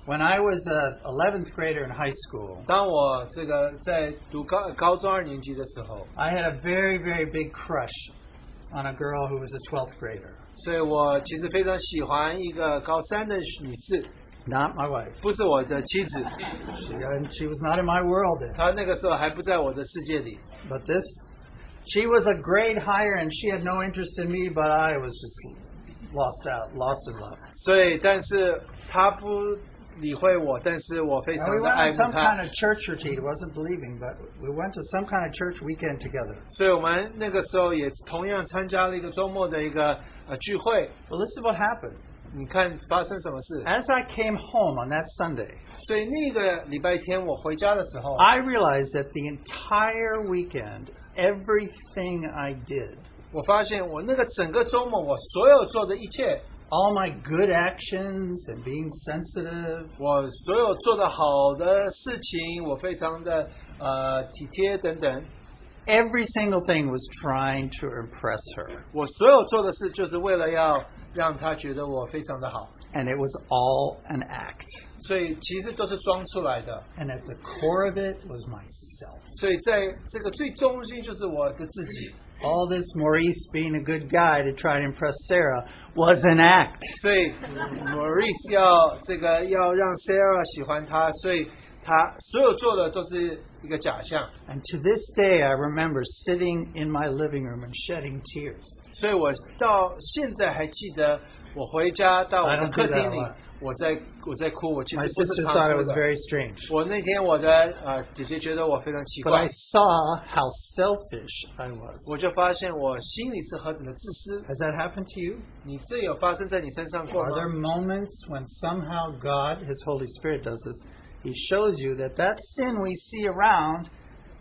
[SPEAKER 5] When I was a 11th grader in high school,
[SPEAKER 3] 当我这个在读高高中二年级的时候，
[SPEAKER 5] I had a very, very big crush on a girl who was a 12th grader.
[SPEAKER 3] 所以我其实非常喜欢一个高三的女士，
[SPEAKER 5] Not my wife.
[SPEAKER 3] 不是我的妻子，
[SPEAKER 5] She, and she was not in my world then.
[SPEAKER 3] 她那个时候还不在我的世界里。
[SPEAKER 5] But this, she was a grade higher and she had no interest in me, but I was just lost out, lost in love.
[SPEAKER 3] 所以，但是她不理会我，但是我非
[SPEAKER 5] And
[SPEAKER 3] 常
[SPEAKER 5] we
[SPEAKER 3] 的
[SPEAKER 5] went
[SPEAKER 3] 爱
[SPEAKER 5] on
[SPEAKER 3] 慕
[SPEAKER 5] some
[SPEAKER 3] 她
[SPEAKER 5] kind。of church retreat. It wasn't believing, but we went to some kind of church weekend together.
[SPEAKER 3] 所以我们那个时候也同样参加了一个周末的一个呃聚会。
[SPEAKER 5] Well, this is what happened.
[SPEAKER 3] 你看发生什么事？
[SPEAKER 5] As I came home on that Sunday,
[SPEAKER 3] 所以那个礼拜天我回家的时
[SPEAKER 5] 哎
[SPEAKER 3] 候，
[SPEAKER 5] I realized that the entire weekend, everything I did
[SPEAKER 3] 我发现我那个整个周末我所有做的一切，
[SPEAKER 5] All my good actions and being sensitive,
[SPEAKER 3] 我所有做的好的事情，我非常的呃体贴等等，
[SPEAKER 5] every single thing was trying to impress her.
[SPEAKER 3] 我所有做的事就是为了要让他觉得我非常的好，
[SPEAKER 5] And it was all an act.
[SPEAKER 3] 所以其实都是装出来的。
[SPEAKER 5] And at the core of it was myself.
[SPEAKER 3] 所以在这个最中心就是我的自己。
[SPEAKER 5] All this Maurice being a good guy to try to impress Sarah was an act.
[SPEAKER 3] 所以嗯 Maurice 要这个要让 Sarah 喜欢他，所以他所有做的都是一个假象。
[SPEAKER 5] And to this day, I remember sitting in my living room and shedding tears.
[SPEAKER 3] 所以我到现在还记得，我回家到我
[SPEAKER 5] I
[SPEAKER 3] 的
[SPEAKER 5] don't do
[SPEAKER 3] 客
[SPEAKER 5] that
[SPEAKER 3] 厅里
[SPEAKER 5] a lot.，
[SPEAKER 3] 我在我在哭，我其实
[SPEAKER 5] My
[SPEAKER 3] 不是
[SPEAKER 5] sister
[SPEAKER 3] 常
[SPEAKER 5] thought it
[SPEAKER 3] 哭
[SPEAKER 5] was
[SPEAKER 3] 的。
[SPEAKER 5] very strange.
[SPEAKER 3] 我那天我的呃姐姐觉得我非常奇
[SPEAKER 5] But I
[SPEAKER 3] 怪，
[SPEAKER 5] saw how selfish I was.
[SPEAKER 3] 我就发现我心里是何等的自私。
[SPEAKER 5] Has that happened to you?
[SPEAKER 3] 你这有发生在你身上过
[SPEAKER 5] Are there
[SPEAKER 3] 吗？
[SPEAKER 5] moments when somehow God, His Holy Spirit, does this? He shows you that that sin we see around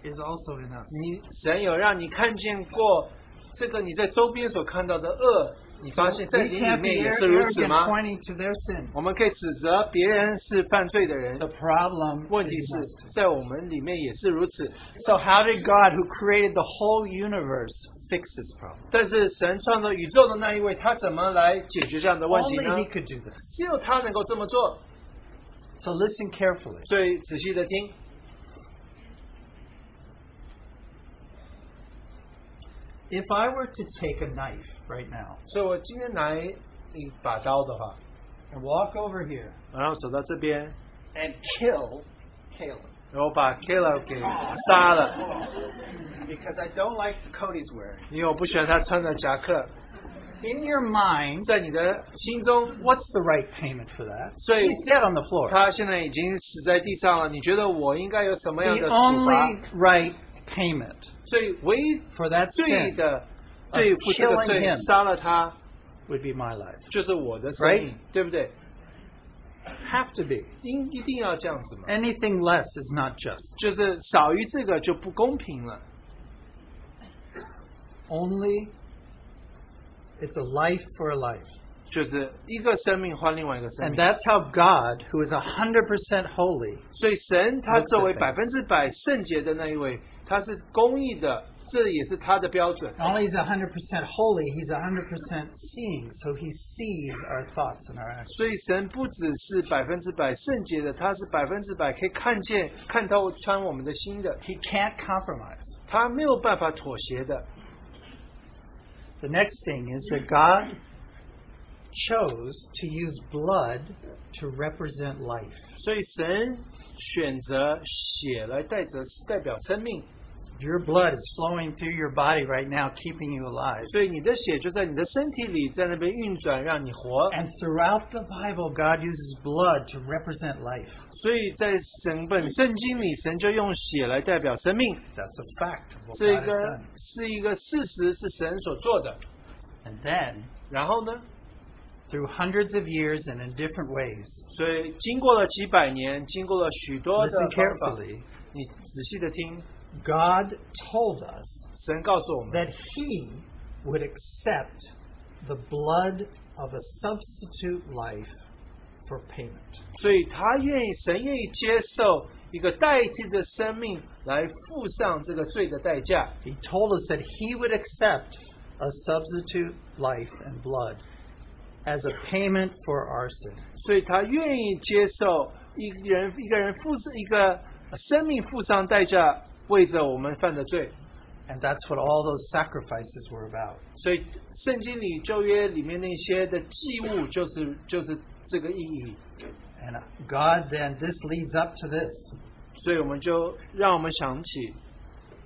[SPEAKER 5] is also in us.
[SPEAKER 3] 你神有让你看见过这个你在周边所看到的恶，你发现在
[SPEAKER 5] We
[SPEAKER 3] 你里
[SPEAKER 5] can't
[SPEAKER 3] 面
[SPEAKER 5] be
[SPEAKER 3] 也
[SPEAKER 5] ar-
[SPEAKER 3] 是如此
[SPEAKER 5] arrogant
[SPEAKER 3] 吗？
[SPEAKER 5] pointing to their sin.
[SPEAKER 3] 我们可以指责别人是犯罪的人
[SPEAKER 5] The，problem
[SPEAKER 3] 问题
[SPEAKER 5] is us.
[SPEAKER 3] 是在我们里面也是如此。
[SPEAKER 5] So how did God, who created the whole universe, fix this problem?
[SPEAKER 3] 但是神创造宇宙的那一位，他怎么来解决这样的问题
[SPEAKER 5] Only
[SPEAKER 3] 呢
[SPEAKER 5] He？could do this.
[SPEAKER 3] 只有他能够这么做。
[SPEAKER 5] So listen carefully.
[SPEAKER 3] 所以仔细的听，
[SPEAKER 5] If I were to take a knife right now
[SPEAKER 3] 所以我今天拿一把刀的话，
[SPEAKER 5] and walk over here
[SPEAKER 3] 然后走到这边，
[SPEAKER 5] and kill Caleb
[SPEAKER 3] 然后把 Kayla 给杀了，
[SPEAKER 5] because I don't like the coat he's wearing,
[SPEAKER 3] 因为我不喜欢他穿的夹克。
[SPEAKER 5] in your mind,
[SPEAKER 3] 在你的心中，
[SPEAKER 5] what's the right payment for that?
[SPEAKER 3] So-
[SPEAKER 5] he's dead on the floor.
[SPEAKER 3] 他现在已经死在地上了，你觉得我应该有什么样
[SPEAKER 5] The
[SPEAKER 3] 的处罚
[SPEAKER 5] only？right payment
[SPEAKER 3] 所以唯一
[SPEAKER 5] for that
[SPEAKER 3] 对
[SPEAKER 5] sin
[SPEAKER 3] 的呃对付这个
[SPEAKER 5] killing
[SPEAKER 3] 罪
[SPEAKER 5] him.，
[SPEAKER 3] 杀了他
[SPEAKER 5] would be my life.
[SPEAKER 3] 就是我的生命，对不对？
[SPEAKER 5] Have to be.
[SPEAKER 3] 应一定要这样子嘛，
[SPEAKER 5] Anything less is not just.
[SPEAKER 3] 就是少于这个就不公平了。
[SPEAKER 5] Only it's a life for a life.
[SPEAKER 3] 就是一个生命换另外一个生
[SPEAKER 5] And
[SPEAKER 3] 命，
[SPEAKER 5] that's how God, who is 100% holy,
[SPEAKER 3] 所以神他
[SPEAKER 5] Looks at
[SPEAKER 3] 作为
[SPEAKER 5] that.
[SPEAKER 3] 百分之百圣洁的那一位，他是公义的，这也是他的标准。
[SPEAKER 5] not only is 100% holy, he's 100% seeing. So he sees our thoughts and our actions.
[SPEAKER 3] 所以神不只是百分之百圣洁的，他是百分之百可以看见、看透穿我们的心的，
[SPEAKER 5] He can't compromise.
[SPEAKER 3] 他没有办法妥协的。
[SPEAKER 5] The next thing is that God chose to use blood to represent life.
[SPEAKER 3] 所以神选择血来代着代表生命，
[SPEAKER 5] Your blood is flowing through your body right now, keeping you alive.
[SPEAKER 3] 所以你的血就在你的身体里，在那边运转，让你活。
[SPEAKER 5] And throughout the Bible, God uses blood to represent life.
[SPEAKER 3] 所以在整本圣经里，神就用血来代表生命，
[SPEAKER 5] That's a fact of what
[SPEAKER 3] 这
[SPEAKER 5] God
[SPEAKER 3] 个
[SPEAKER 5] has done.
[SPEAKER 3] 是一个事实，是神所做的。
[SPEAKER 5] And then,
[SPEAKER 3] 然后呢，
[SPEAKER 5] through hundreds of years and in different ways,
[SPEAKER 3] 所以经过了几百年，经过了许多的
[SPEAKER 5] listen
[SPEAKER 3] 方法，
[SPEAKER 5] carefully,
[SPEAKER 3] 你仔细的听，
[SPEAKER 5] God told us
[SPEAKER 3] 神告诉我们，
[SPEAKER 5] that He would accept the blood of a substitute life for payment.
[SPEAKER 3] 所以他愿意，神愿意接受一个代替的生命来付上这个罪的代价。
[SPEAKER 5] He told us that He would accept a substitute life and blood as a payment for our sin.
[SPEAKER 3] 所以他愿意接受一个人一个人付一个生命付上代价，为着我们犯的罪。
[SPEAKER 5] And that's what all those sacrifices were about.
[SPEAKER 3] 所以圣经里旧约里面那些的祭物，就是就是这个意义。
[SPEAKER 5] And God then, this leads up to this.
[SPEAKER 3] 所以我们就让我们想起，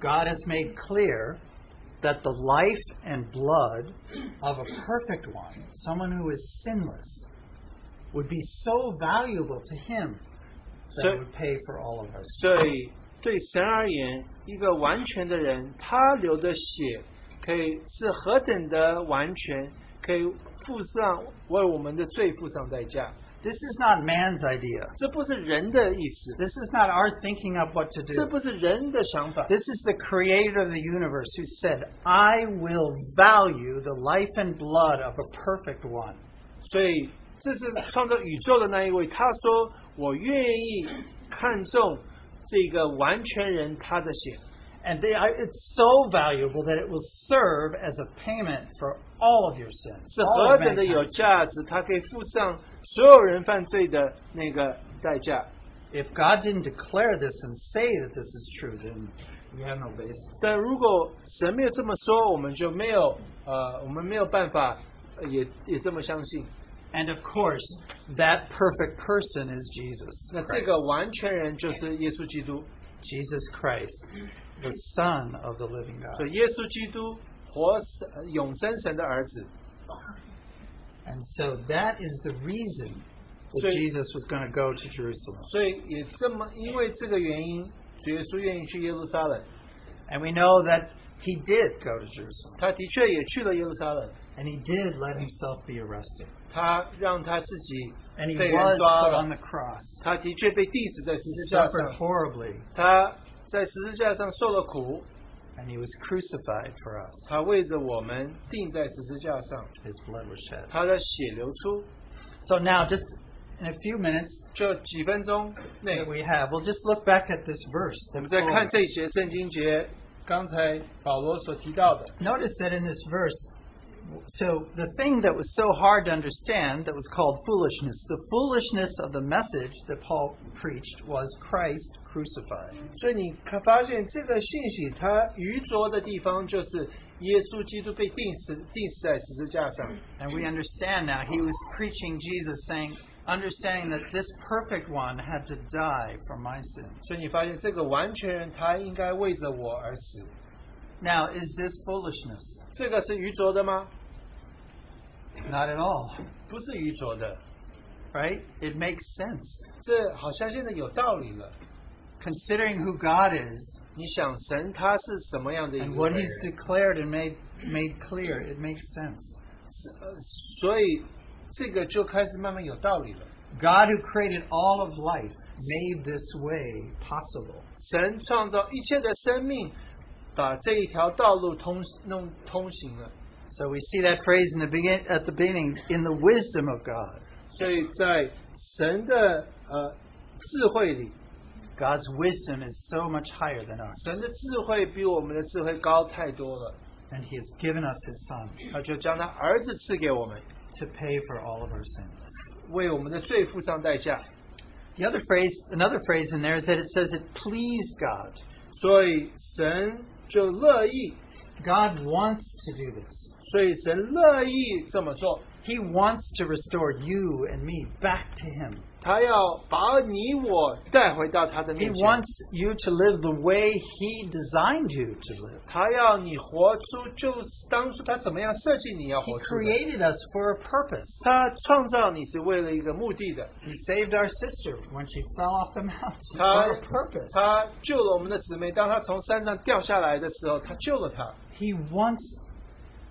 [SPEAKER 5] God has made clear that the life and blood of a perfect one, someone who is sinless, would be so valuable to him that
[SPEAKER 3] So-
[SPEAKER 5] it would pay for all of us.
[SPEAKER 3] 所以对神而言，一个完全的人，他流的血可以是何等的完全，可以付上为我们的罪付上代价。
[SPEAKER 5] This is not man's idea.
[SPEAKER 3] 这不是人的意思，
[SPEAKER 5] This is not our thinking up what to
[SPEAKER 3] 这
[SPEAKER 5] do.
[SPEAKER 3] 不是人的想法，
[SPEAKER 5] This is the creator of the universe who said, I will value the life and blood of a perfect one.
[SPEAKER 3] 所以这是创造宇宙的那一位，他说：“我愿意看重这个完全人他的血，
[SPEAKER 5] And they are, it's so valuable that it will serve as a payment for all of your sins.
[SPEAKER 3] 是
[SPEAKER 5] all
[SPEAKER 3] 何
[SPEAKER 5] of
[SPEAKER 3] 等的有
[SPEAKER 5] mankind.
[SPEAKER 3] 价值，他可以付上所有人犯罪的那个代价。
[SPEAKER 5] If God didn't declare this and say that this is true, then we have no basis. ”
[SPEAKER 3] 但如果神没有这么说，我们就没有呃，我们没有办法呃也也这么相信。
[SPEAKER 5] And of course, that perfect person is Jesus.
[SPEAKER 3] 那这
[SPEAKER 5] Christ.
[SPEAKER 3] 个完全人就是耶稣基督，
[SPEAKER 5] Jesus Christ, the Son of the living
[SPEAKER 3] 所
[SPEAKER 5] God.
[SPEAKER 3] 以耶稣基督活神永生神的儿子。
[SPEAKER 5] And so that is the reason
[SPEAKER 3] So-
[SPEAKER 5] that Jesus was going to go to Jerusalem.
[SPEAKER 3] 所以也这么，因为这个原因，主耶稣愿意去耶路撒冷，
[SPEAKER 5] And we know that he did go to Jerusalem.
[SPEAKER 3] 他的确也去了耶路撒冷，
[SPEAKER 5] And he did let himself be arrested.
[SPEAKER 3] 他让他自己
[SPEAKER 5] And he
[SPEAKER 3] 被
[SPEAKER 5] was
[SPEAKER 3] 人抓
[SPEAKER 5] put on
[SPEAKER 3] 了，
[SPEAKER 5] the cross.
[SPEAKER 3] 他的确被钉死在十
[SPEAKER 5] He
[SPEAKER 3] 字架
[SPEAKER 5] suffered
[SPEAKER 3] 上，
[SPEAKER 5] horribly.
[SPEAKER 3] 他在十字架上受了苦，
[SPEAKER 5] And he was crucified for us.
[SPEAKER 3] 他为着我们钉在十字架上，
[SPEAKER 5] His blood was shed.
[SPEAKER 3] 他的血流出，
[SPEAKER 5] So now, just in a few minutes
[SPEAKER 3] 就几分钟内
[SPEAKER 5] that，we have, we'll just look back at this verse.
[SPEAKER 3] 我
[SPEAKER 5] that
[SPEAKER 3] 们再看
[SPEAKER 5] follows.
[SPEAKER 3] 这一节圣经节，刚才保罗所提到的。
[SPEAKER 5] Notice that in this verse, so the thing that was so hard to understand that was called foolishness, the foolishness of the message that Paul preached was Christ crucified.
[SPEAKER 3] 所以你可发现这个信息它愚拙的地方，就是耶稣基督被钉死，钉死在十字架上。
[SPEAKER 5] And we understand now he was preaching Jesus saying, understanding that this perfect one had to die for my sins.
[SPEAKER 3] 所以你发现这个完全人他应该为着我而死，
[SPEAKER 5] Now, is this foolishness?
[SPEAKER 3] 这个是愚拙的吗？
[SPEAKER 5] Not at all,
[SPEAKER 3] 不是愚拙的，
[SPEAKER 5] right? It makes sense.
[SPEAKER 3] 这好像现在有道理了。
[SPEAKER 5] Considering who God is
[SPEAKER 3] 你想神他是什么样的一
[SPEAKER 5] and
[SPEAKER 3] 个
[SPEAKER 5] what
[SPEAKER 3] 人
[SPEAKER 5] he's？declared and made made clear, it makes sense.
[SPEAKER 3] 呃所以这个就开始慢慢有道理了。
[SPEAKER 5] God, who created all of life, made this way possible.
[SPEAKER 3] 神创造一切的生命，把这一条道路通弄通行了。
[SPEAKER 5] So we see that phrase in the begin at the beginning in the wisdom of God.
[SPEAKER 3] 所以在神的呃智慧里，
[SPEAKER 5] God's wisdom is so much higher than us,
[SPEAKER 3] 神的智慧比我们的智慧高太多了。
[SPEAKER 5] and He has given us His Son
[SPEAKER 3] 他就将他儿子赐给我们，
[SPEAKER 5] to pay for all of our sins.
[SPEAKER 3] 为我们的罪付上代价。
[SPEAKER 5] The other phrase, another phrase in there is that it says it pleased God.
[SPEAKER 3] 所以神就乐意，
[SPEAKER 5] God wants to do this.
[SPEAKER 3] 所以神乐意这么做。
[SPEAKER 5] He wants to restore you and me back to Him.
[SPEAKER 3] 他要把你我带回到他的
[SPEAKER 5] He
[SPEAKER 3] 面前，
[SPEAKER 5] wants you to live the way He designed you to live.
[SPEAKER 3] 他要你活出就是当初他怎么样设计你要
[SPEAKER 5] He
[SPEAKER 3] 活出的。
[SPEAKER 5] created us for a purpose.
[SPEAKER 3] 他创造你是为了一个目的的，
[SPEAKER 5] He saved our sister when she fell off the mountain
[SPEAKER 3] Huh?
[SPEAKER 5] for a purpose.
[SPEAKER 3] 他救了我们的姊妹。当他从山上掉下来的时候，他救了她。
[SPEAKER 5] He wants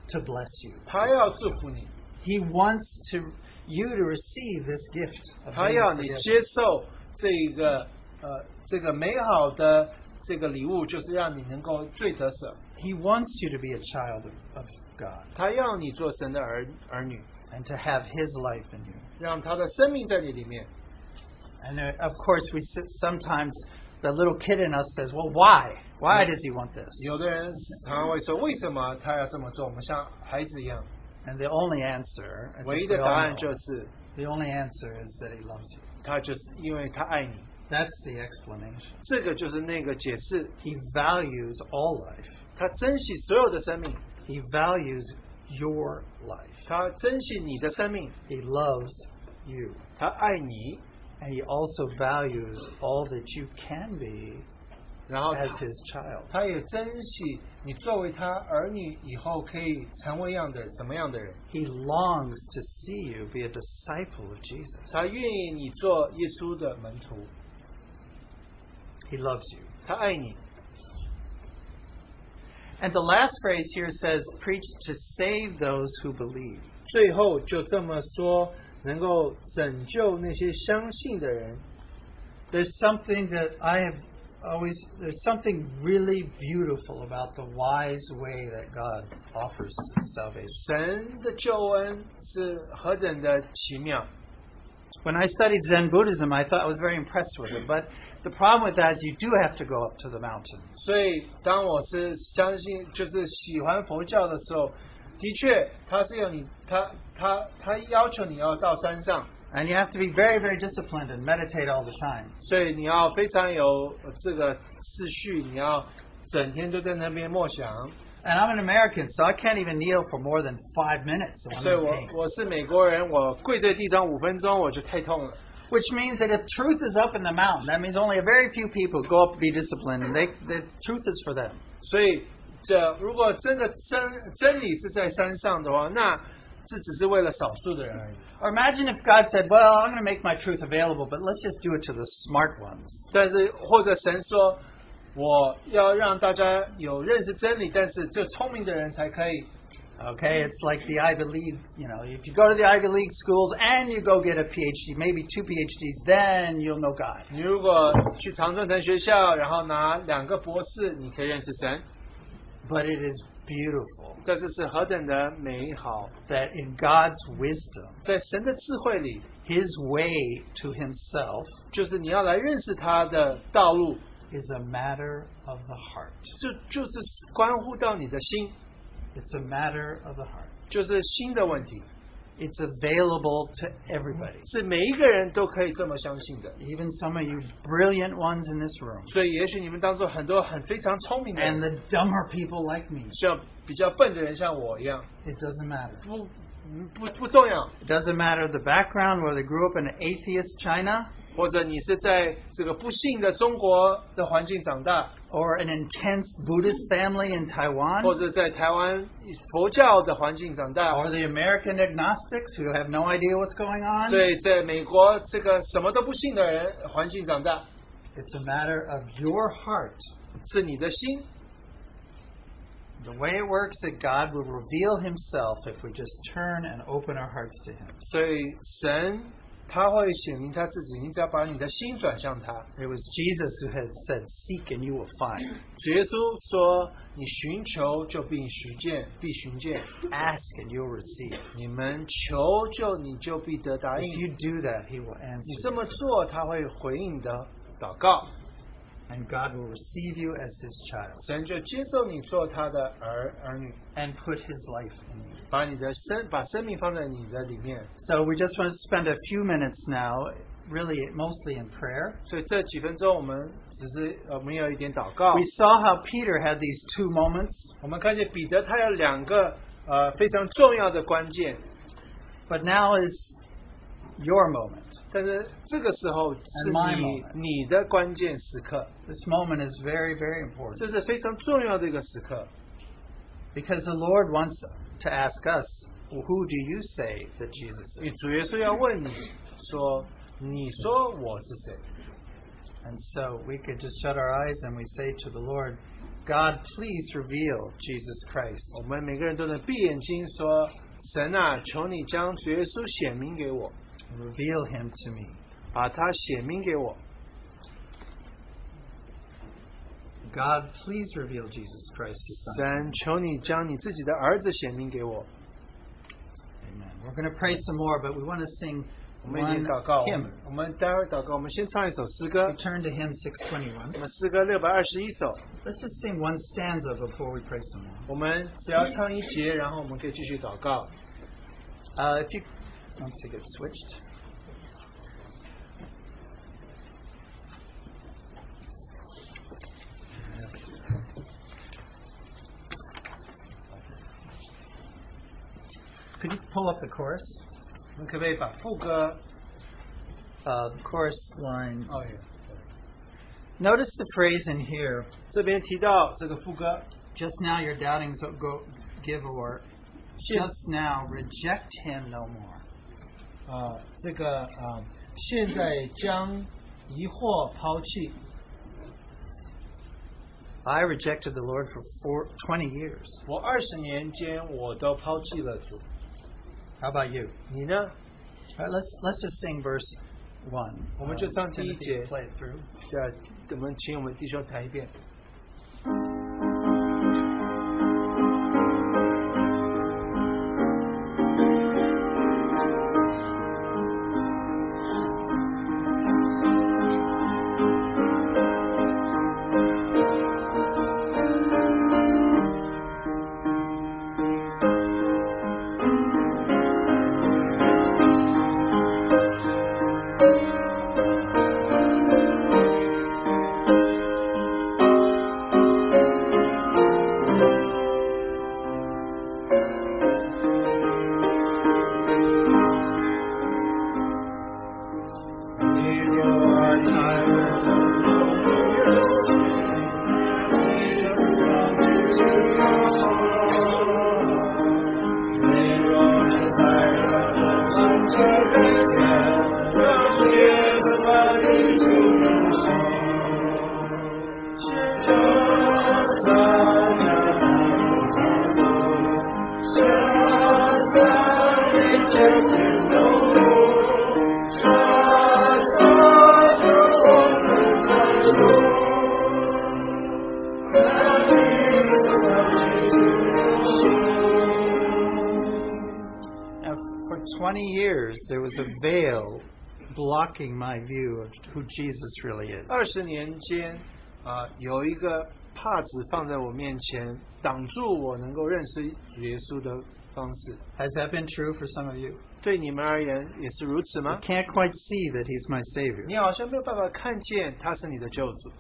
[SPEAKER 5] to bless you.
[SPEAKER 3] 他要祝福你，
[SPEAKER 5] He wants to you to receive this gift. Of
[SPEAKER 3] 他
[SPEAKER 5] being
[SPEAKER 3] 要你
[SPEAKER 5] forgiven.
[SPEAKER 3] 接受这个呃这个美好的这个礼物，就是让你能够最得舍。
[SPEAKER 5] He wants you to be a child of, of God
[SPEAKER 3] 他要你做神的儿儿女，
[SPEAKER 5] and to have His life in you.
[SPEAKER 3] 让他的生命在你里面。
[SPEAKER 5] And uh, of course, we sit, sometimes the little kid in us says, "Well, why? Why does He want this?"
[SPEAKER 3] 有的人常常会说，为什么他要这么做？我们像孩子一样，
[SPEAKER 5] And the only answer, I
[SPEAKER 3] 唯一
[SPEAKER 5] think
[SPEAKER 3] 的
[SPEAKER 5] we
[SPEAKER 3] 答
[SPEAKER 5] all
[SPEAKER 3] 案
[SPEAKER 5] know,
[SPEAKER 3] 就是，
[SPEAKER 5] the only answer is that He loves you.
[SPEAKER 3] 他就是因为他爱你。
[SPEAKER 5] That's the explanation.
[SPEAKER 3] 这个就是那个解释，
[SPEAKER 5] He values all life.
[SPEAKER 3] 他珍惜所有的生命，
[SPEAKER 5] He values your life.
[SPEAKER 3] 他珍惜你的生命，
[SPEAKER 5] He loves you.
[SPEAKER 3] 他爱你，
[SPEAKER 5] And he also values all that you can be
[SPEAKER 3] 然后
[SPEAKER 5] as
[SPEAKER 3] 他
[SPEAKER 5] his child.
[SPEAKER 3] 他也珍惜你作为他儿女以后可以成为样的什么样的人，
[SPEAKER 5] He longs to see you be a disciple of Jesus.
[SPEAKER 3] 他愿意你做耶稣的门徒，
[SPEAKER 5] He loves you.
[SPEAKER 3] 他爱你。
[SPEAKER 5] And the last phrase here says, preach to save those who believe.
[SPEAKER 3] 最后就这么说，能够拯救那些相信的人。
[SPEAKER 5] There's something that I have always, there's something really beautiful about the wise way that God offers salvation.
[SPEAKER 3] 神的救恩是何等的奇妙！
[SPEAKER 5] When I studied Zen Buddhism, I thought I was very impressed with it. But the problem with that is you do have to go up to the mountain.
[SPEAKER 3] 所以，当我是相信，就是喜欢佛教的时候，的确，他是要你，他他他要求你要到山上，
[SPEAKER 5] And you have to be very, very disciplined and meditate all the time.
[SPEAKER 3] 所以你要非常有呃这个秩序，你要整天都在那边默想。
[SPEAKER 5] And I'm an American, so I can't even kneel for more than five minutes. So I'm
[SPEAKER 3] 所以
[SPEAKER 5] in
[SPEAKER 3] 我
[SPEAKER 5] pain.
[SPEAKER 3] 我是美国人，我跪在地上五分钟我就太痛了。
[SPEAKER 5] Which means that if truth is up in the mountain, that means only a very few people go up to be disciplined, and they, the truth is for them.
[SPEAKER 3] 所以这如果真的真真理是在山上的话，那这只是为了少数的人而已。
[SPEAKER 5] Or imagine if God said, "Well, I'm going to make my truth available, but let's just do it to the smart ones."
[SPEAKER 3] 但是或者神说，我要让大家有认识真理，但是只有聪明的人才可以。
[SPEAKER 5] Okay, it's like the Ivy League. You know, if you go to the Ivy League schools and you go get a PhD, maybe two PhDs, then you'll know God.
[SPEAKER 3] 你如果去常春藤学校，然后拿两个博士，你可以认识神。
[SPEAKER 5] But it is beautiful
[SPEAKER 3] 但是是何等的美好，
[SPEAKER 5] that in God's wisdom,
[SPEAKER 3] 在神的智慧里，
[SPEAKER 5] His way to Himself
[SPEAKER 3] 就是你要来认识他的道路，
[SPEAKER 5] is a matter of the heart.
[SPEAKER 3] 这就是关乎到你的心，
[SPEAKER 5] It's a matter of the heart.
[SPEAKER 3] 就是心的问题，
[SPEAKER 5] It's available to everybody,
[SPEAKER 3] 是每一个人都可以这么相信的。
[SPEAKER 5] even some of you brilliant ones in this room,
[SPEAKER 3] 所以，也许你们当中很多很非常聪明的
[SPEAKER 5] and
[SPEAKER 3] 人，
[SPEAKER 5] the dumber people like me.
[SPEAKER 3] 像比较笨的人，像我一样，
[SPEAKER 5] It doesn't matter.
[SPEAKER 3] 不嗯不不重要。
[SPEAKER 5] It doesn't matter the background, whether they grew up in atheist China
[SPEAKER 3] 或者你是在这个不幸的中国的环境长大，
[SPEAKER 5] or an intense Buddhist family in
[SPEAKER 3] 或
[SPEAKER 5] Taiwan
[SPEAKER 3] 者在台湾佛教的环境长大，
[SPEAKER 5] or the American agnostics who have no idea what's going on.
[SPEAKER 3] 对，在美国这个什么都不信的人环境长大，
[SPEAKER 5] It's a matter of your heart.
[SPEAKER 3] 是你的心。
[SPEAKER 5] The way it works that God will reveal himself if we just turn and open our hearts to him.
[SPEAKER 3] 所以神他会显明他自己，你只要把你的心转向他。
[SPEAKER 5] It was Jesus who had said, "Seek and you will find."
[SPEAKER 3] 耶稣说：“你寻求就必寻见，必寻见；
[SPEAKER 5] ask and you'll receive.
[SPEAKER 3] 你们求就你就必得答应。
[SPEAKER 5] If you do that, He will
[SPEAKER 3] 你
[SPEAKER 5] answer.
[SPEAKER 3] 这么做，他会回应你的祷告。”
[SPEAKER 5] And God will receive you as His child
[SPEAKER 3] 神就接受你做他的儿儿女，
[SPEAKER 5] and put His life in you.
[SPEAKER 3] 把你的生把生命放在你的里面。
[SPEAKER 5] So we just want to spend a few minutes now, really mostly in prayer.
[SPEAKER 3] 所以这几分钟我们只是呃没有一点祷告
[SPEAKER 5] We。saw how Peter had these two moments,
[SPEAKER 3] 我们看见彼得他有两个呃非常重要的关键，
[SPEAKER 5] but now is your moment.
[SPEAKER 3] 但是这个时候是
[SPEAKER 5] my
[SPEAKER 3] 你
[SPEAKER 5] moment.
[SPEAKER 3] 你的关键时刻，
[SPEAKER 5] This moment is very, very
[SPEAKER 3] 这
[SPEAKER 5] important
[SPEAKER 3] 是非常重要的一个时刻，
[SPEAKER 5] because the Lord wants to ask us, "Who do you say that Jesus
[SPEAKER 3] 你
[SPEAKER 5] is?"
[SPEAKER 3] 主耶稣要问你说，你说我是谁？
[SPEAKER 5] And so we could just shut our eyes and we say to the Lord, God, please reveal Jesus Christ.
[SPEAKER 3] 我们每个人都能闭眼睛说，神啊，求你将主耶稣显明给我，
[SPEAKER 5] Reveal him to me.
[SPEAKER 3] 把他显明给我。
[SPEAKER 5] God, please reveal Jesus Christ, his son.
[SPEAKER 3] 神，求你将你自己的儿子显明给我。
[SPEAKER 5] Amen. We're going to pray some more, but we want to sing
[SPEAKER 3] 我们已经
[SPEAKER 5] one
[SPEAKER 3] 祷告，我
[SPEAKER 5] hymn.
[SPEAKER 3] 们我们待会儿祷告，我们先唱一首诗歌
[SPEAKER 5] We，turn to hymn 621.
[SPEAKER 3] 我们诗歌六百二十一首，
[SPEAKER 5] Let's just sing one stanza before we pray some more.
[SPEAKER 3] 我们只要唱一节，然后我们可以继续祷告。
[SPEAKER 5] Uh, if you once it gets switched. Could you pull up the chorus?
[SPEAKER 3] 我们可不可以把副歌
[SPEAKER 5] Uh, chorus line.
[SPEAKER 3] 哦耶
[SPEAKER 5] Notice the phrase in here.
[SPEAKER 3] 这边提到这个副歌，
[SPEAKER 5] Just now your doubtings will go give or just now reject him no more.
[SPEAKER 3] 啊、Uh, 这个啊、现在将疑惑抛弃。
[SPEAKER 5] I rejected the Lord for four, 20 years.
[SPEAKER 3] 我二十年间我都抛弃了主，
[SPEAKER 5] How about you?
[SPEAKER 3] 你呢？
[SPEAKER 5] All right, let's, let's just sing verse 1.
[SPEAKER 3] 我们就唱第一
[SPEAKER 5] Timothy,
[SPEAKER 3] 节。
[SPEAKER 5] play it through.
[SPEAKER 3] 呃，我们请我们弟兄弹一遍。
[SPEAKER 5] Now, for 20 years, there was a veil blocking my view of who Jesus really is.
[SPEAKER 3] 二十年间，啊、有一个帕子放在我面前，挡住我能够认识耶稣的方式。
[SPEAKER 5] Has that been true for some of you?
[SPEAKER 3] 对你们而言也是如此
[SPEAKER 5] You
[SPEAKER 3] 吗？
[SPEAKER 5] can't quite see that He's my Savior.
[SPEAKER 3] 你好像没有办法看见他是你的救主。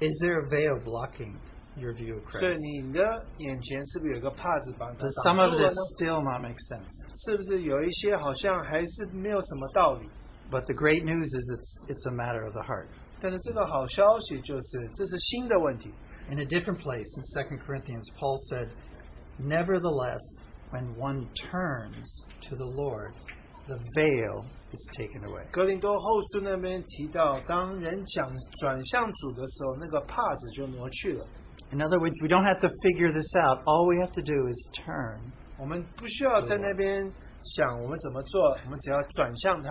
[SPEAKER 5] Is there a veil blocking your view of
[SPEAKER 3] 所以
[SPEAKER 5] Christ?
[SPEAKER 3] 你的眼前是不是有一个帕子把它
[SPEAKER 5] Does
[SPEAKER 3] 挡
[SPEAKER 5] some
[SPEAKER 3] 住
[SPEAKER 5] of
[SPEAKER 3] 了
[SPEAKER 5] this
[SPEAKER 3] 呢？
[SPEAKER 5] still not make sense?
[SPEAKER 3] 是不是有一些好像还是没有什么道理？
[SPEAKER 5] But the great news is it's, it's a matter of the heart.
[SPEAKER 3] 但是这个好消息就是，这是新的问题。
[SPEAKER 5] In a different place in 2 Corinthians, Paul said, Nevertheless, when one turns to the Lord, the veil is taken away.
[SPEAKER 3] 格林多后书那边提到，当人讲转向主的时候，那个帕子就挪去了。
[SPEAKER 5] In other words, we don't have to figure this out. All we have to do is turn.
[SPEAKER 3] 我们不需要在那边想我们怎么做，我们只要转向他。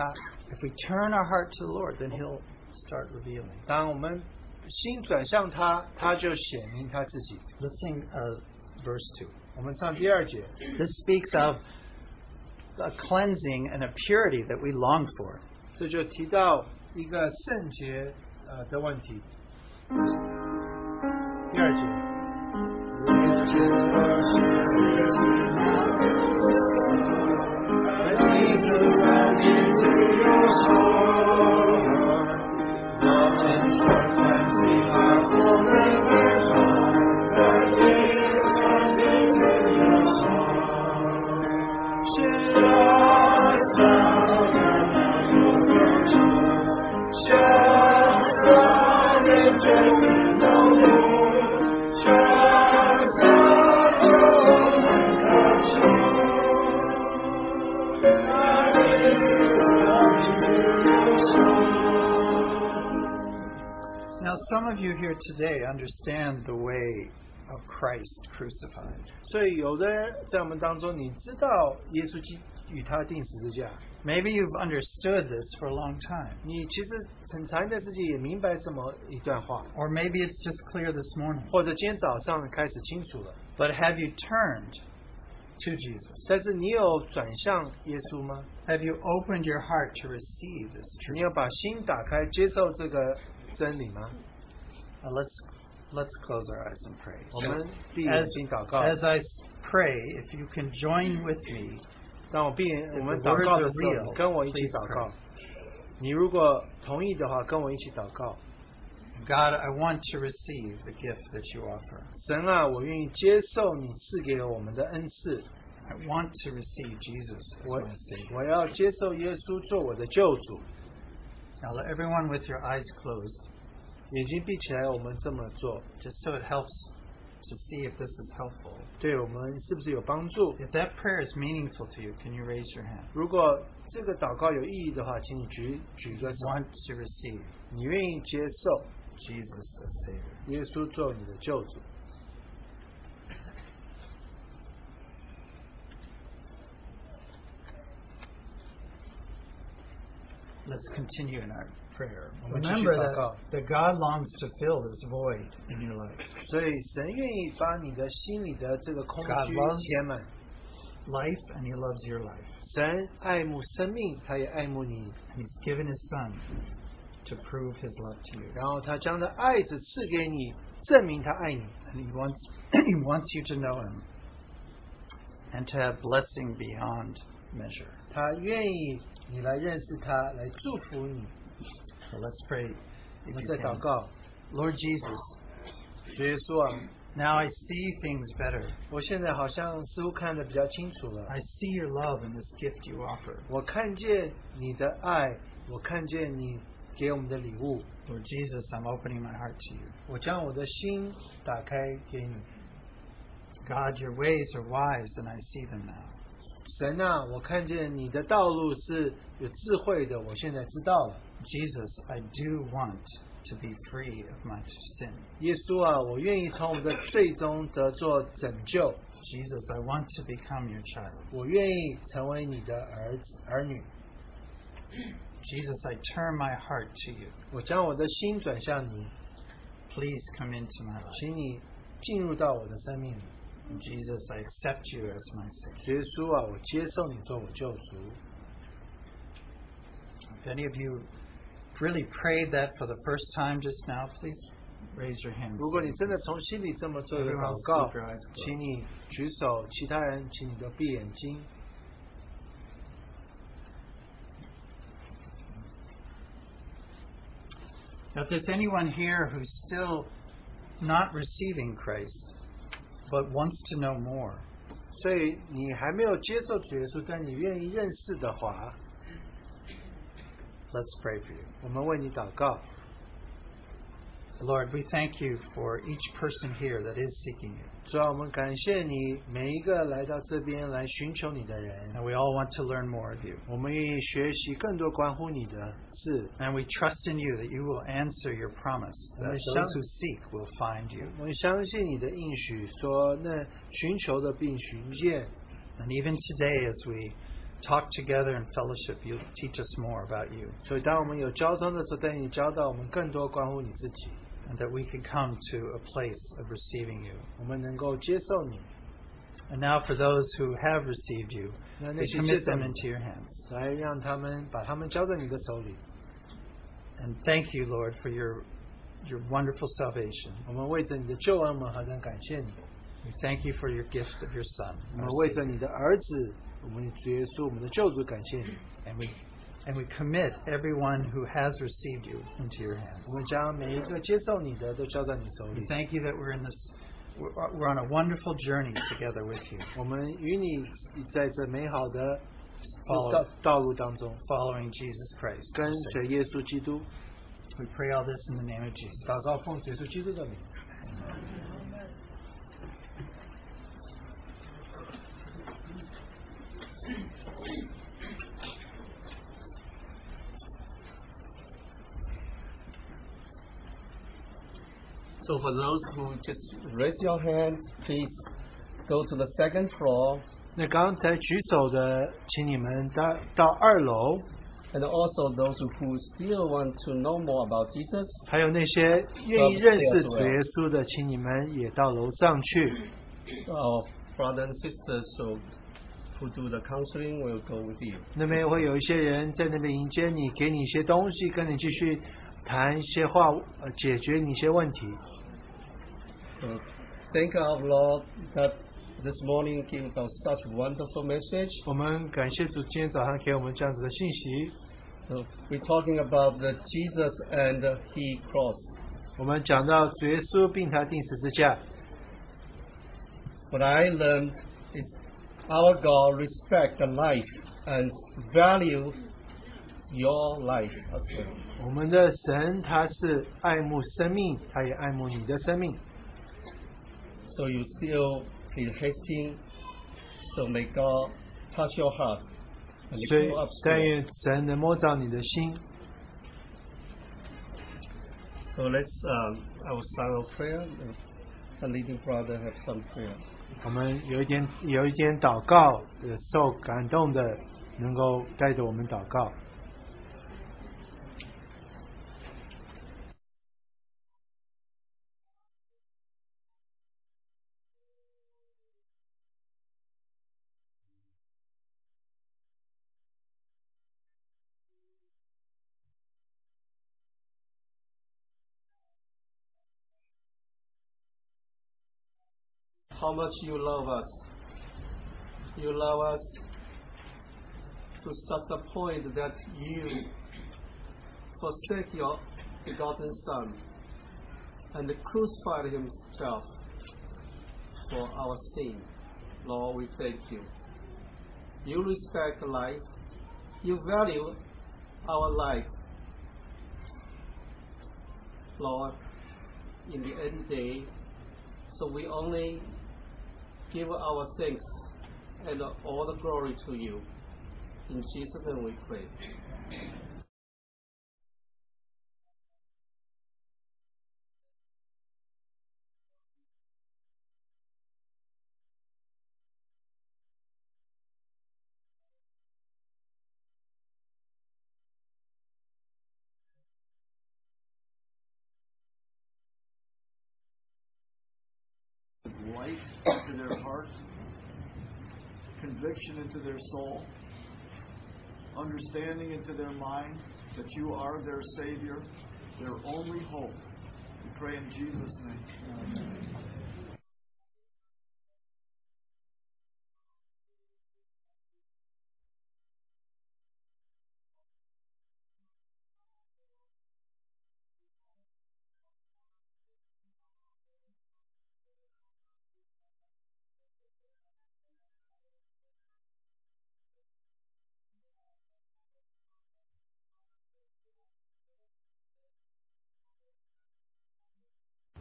[SPEAKER 5] If we turn our heart to the Lord, then He'll start revealing.
[SPEAKER 3] 当我们心转向他，他就显明他自己。
[SPEAKER 5] Let's sing uh, verse 2.
[SPEAKER 3] 我们唱第二节，
[SPEAKER 5] This speaks of a cleansing and a purity that we long for.
[SPEAKER 3] 这就提到一个圣洁呃的问题。第二节，
[SPEAKER 5] Now, some of you here today understand the way of Christ crucified.
[SPEAKER 3] 所以有的人在我们当中，你知道耶稣基与他定十字架，
[SPEAKER 5] Maybe you've understood this for a long time,
[SPEAKER 3] 你其实很长一段时间也明白这么一段话，
[SPEAKER 5] or maybe it's just clear this morning.
[SPEAKER 3] 或者今天早上开始清楚了。
[SPEAKER 5] But have you turned to Jesus?
[SPEAKER 3] 但是你有转向耶稣吗？
[SPEAKER 5] Have you opened your heart to receive this truth?
[SPEAKER 3] 你有把心打开，接受这个真理吗？
[SPEAKER 5] Now let's let's close our eyes and pray.
[SPEAKER 3] 我们闭眼
[SPEAKER 5] As,
[SPEAKER 3] 睛祷告。
[SPEAKER 5] as I s- pray, if you can join with me,
[SPEAKER 3] 当我闭眼，我们
[SPEAKER 5] the
[SPEAKER 3] 祷
[SPEAKER 5] words
[SPEAKER 3] 告的
[SPEAKER 5] are
[SPEAKER 3] 时候，
[SPEAKER 5] real,
[SPEAKER 3] 你跟我一起
[SPEAKER 5] please
[SPEAKER 3] 祷告。你如果同意的话，跟我一起祷告。
[SPEAKER 5] God, I want to receive the gift that you offer.
[SPEAKER 3] 神啊，我愿意接受你赐给我们的恩赐，
[SPEAKER 5] I want to receive Jesus as
[SPEAKER 3] 我
[SPEAKER 5] my Savior.
[SPEAKER 3] 我要接受耶稣做我的救主。
[SPEAKER 5] Now let everyone with your eyes closed,
[SPEAKER 3] 眼睛闭起来，我们这么做，
[SPEAKER 5] just so it helps to see if this is helpful.
[SPEAKER 3] 对我们是不是有帮助？
[SPEAKER 5] If that prayer is meaningful to you, can you raise your hand?
[SPEAKER 3] 如果这个祷告有意义的话，请你举举个手。
[SPEAKER 5] Want to receive
[SPEAKER 3] 你愿意接受
[SPEAKER 5] Jesus as Savior.
[SPEAKER 3] 耶稣做你的救主？
[SPEAKER 5] Let's continue in our prayer.
[SPEAKER 7] 我们继续
[SPEAKER 5] Remember
[SPEAKER 7] 祷告
[SPEAKER 5] that,。that God longs to fill this void in your life.
[SPEAKER 3] 所以神愿意把你的心里的这个空
[SPEAKER 5] God
[SPEAKER 3] 虚
[SPEAKER 5] loves
[SPEAKER 3] 填满。
[SPEAKER 5] Life, and He loves your life.
[SPEAKER 3] 神爱慕生命，他也爱慕你，
[SPEAKER 5] And He's given His Son to prove His love to you.
[SPEAKER 3] 然后他将他爱子赐给你，证明他爱你。
[SPEAKER 5] And He wants, (clears throat) he wants you to know Him and to have blessing beyond measure.
[SPEAKER 3] 他愿意你来认识他，来祝福你。
[SPEAKER 5] So let's pray. if
[SPEAKER 3] 我
[SPEAKER 5] you
[SPEAKER 3] 们再
[SPEAKER 5] can.
[SPEAKER 3] 祷告，
[SPEAKER 5] Lord Jesus,
[SPEAKER 3] 主耶稣啊，
[SPEAKER 5] now I see things better.
[SPEAKER 3] 我现在好像似乎看得比较清楚了。
[SPEAKER 5] I see your love and this gift you offer.
[SPEAKER 3] 我看见你的爱，我看见你给我们的礼物，
[SPEAKER 5] Lord Jesus, I'm opening my heart to you.
[SPEAKER 3] 我将我的心打开给你。
[SPEAKER 5] God, your ways are wise, and uh, I see them now.
[SPEAKER 3] 神啊，我看见你的道路是有智慧的，我现在知道了。
[SPEAKER 5] Jesus, I do want to be free of my sin.
[SPEAKER 3] 耶稣啊，我愿意从我们的最终得做拯救，
[SPEAKER 5] Jesus, I want to become your child.
[SPEAKER 3] 我愿意成为你的儿子儿女，
[SPEAKER 5] Jesus, I turn my heart to you.
[SPEAKER 3] 我将我的心转向你，
[SPEAKER 5] Please come into my life.
[SPEAKER 3] 请你进入到我的生命里。
[SPEAKER 5] Jesus, I accept you as my Savior.
[SPEAKER 3] 耶稣啊，我接受你做我救主。
[SPEAKER 5] If any of you really prayed that for the first time just now, please raise your hands.
[SPEAKER 3] 如果你真的从心里这么做一个
[SPEAKER 5] Everyone
[SPEAKER 3] 祷
[SPEAKER 5] else,
[SPEAKER 3] 告
[SPEAKER 5] keep，your eyes closed.
[SPEAKER 3] 请你举手，其他人请你都闭眼睛。
[SPEAKER 5] Now, if there's anyone here who's still not receiving Christ, but wants to know more,
[SPEAKER 3] 所以你还没有接受主耶稣，但你愿意认识的话，
[SPEAKER 5] let's pray for you.
[SPEAKER 3] 我们为你祷告。
[SPEAKER 5] Lord, we thank you for each person here that is seeking you.
[SPEAKER 3] 主啊，我们感谢你每一个来到这边来寻求你的人，
[SPEAKER 5] And we all want to learn more of you.
[SPEAKER 3] 我们愿意学习更多关乎你的事。
[SPEAKER 5] And we trust in you that you will answer your promise, that
[SPEAKER 3] Amen.
[SPEAKER 5] those who seek will find you.
[SPEAKER 3] 我们相信你的应许说，那寻求的并寻见。
[SPEAKER 5] And even today, as we talk together in fellowship, you'll teach us more about you,
[SPEAKER 3] 所以，当我们有交通的时候，带你教导我们更多关乎你自己，
[SPEAKER 5] and that we can come to a place of receiving you.
[SPEAKER 3] 我们能够接受你。
[SPEAKER 5] And now, for those who have received you,
[SPEAKER 3] 那那
[SPEAKER 5] we
[SPEAKER 3] 些接
[SPEAKER 5] commit
[SPEAKER 3] 受
[SPEAKER 5] them
[SPEAKER 3] 你，
[SPEAKER 5] into your hands.
[SPEAKER 3] 来让他们把他们交在你的手里。
[SPEAKER 5] And thank you, Lord, for your, your wonderful salvation.
[SPEAKER 3] 我们为着你的救恩，我们何等感谢你！
[SPEAKER 5] We thank you for your gift of your Son.
[SPEAKER 3] 我
[SPEAKER 5] our
[SPEAKER 3] 们为
[SPEAKER 5] Savior.
[SPEAKER 3] 着你的儿子，我们主耶稣，我们的救主，感谢你。
[SPEAKER 5] And we, and we commit everyone who has received you into your hands.
[SPEAKER 3] 我们将每一个接受你的都交在你手
[SPEAKER 5] We
[SPEAKER 3] 里。
[SPEAKER 5] thank you that we're in this, we're we're on a wonderful journey together with you,
[SPEAKER 3] 我们与你在这美好的道
[SPEAKER 5] follow,
[SPEAKER 3] 道路当中，
[SPEAKER 5] following Jesus Christ.
[SPEAKER 3] 跟
[SPEAKER 5] our
[SPEAKER 3] 随
[SPEAKER 5] Savior.
[SPEAKER 3] 耶稣基督，
[SPEAKER 5] We pray all this in the name of Jesus.
[SPEAKER 3] 祷告奉耶稣基督的名。
[SPEAKER 8] So for those who just raise your hand, please go to the second floor
[SPEAKER 3] 那刚才举手的，请你们到到二楼，
[SPEAKER 8] and also those who still want to know more about Jesus.
[SPEAKER 3] 还有那些愿意认识主耶稣的，请你们也到楼上去。
[SPEAKER 8] Our brothers and sisters so who do the counseling will go with you.
[SPEAKER 3] 那边会有一些人在那边迎接你，给你一些东西，跟你继续谈一些话，呃，解决你一些问题。
[SPEAKER 8] So thank our Lord that this morning gave us such wonderful message.
[SPEAKER 3] 我们感谢主，今天早上给我们这样子的信息。
[SPEAKER 8] So we're talking about the Jesus and He cross.
[SPEAKER 3] 我们讲到主耶稣并他定十字架，
[SPEAKER 8] What I learned is our God respect the life and value your life as well.
[SPEAKER 3] 我们的神他是爱慕生命，他也爱慕你的生命。
[SPEAKER 8] So you still feel hasty. So may God touch your heart and
[SPEAKER 3] 所以
[SPEAKER 8] go up
[SPEAKER 3] 但愿神能摸着你的心。
[SPEAKER 8] So let's, um, I will start our prayer. The leading brother have some prayer.
[SPEAKER 3] 我们有一点有一点祷告，呃受感动的，能够带着我们祷告。
[SPEAKER 8] how much you love us. You love us to such a point that you forsake your begotten Son and crucified himself for our sin. Lord, we thank you. You respect life. You value our life. Lord, in the end day, so we only give our thanks and all the glory to you. In Jesus' name we pray.
[SPEAKER 3] light into their heart, conviction into their soul, understanding into their mind that you are their Savior, their only hope. We pray in Jesus' name. Amen.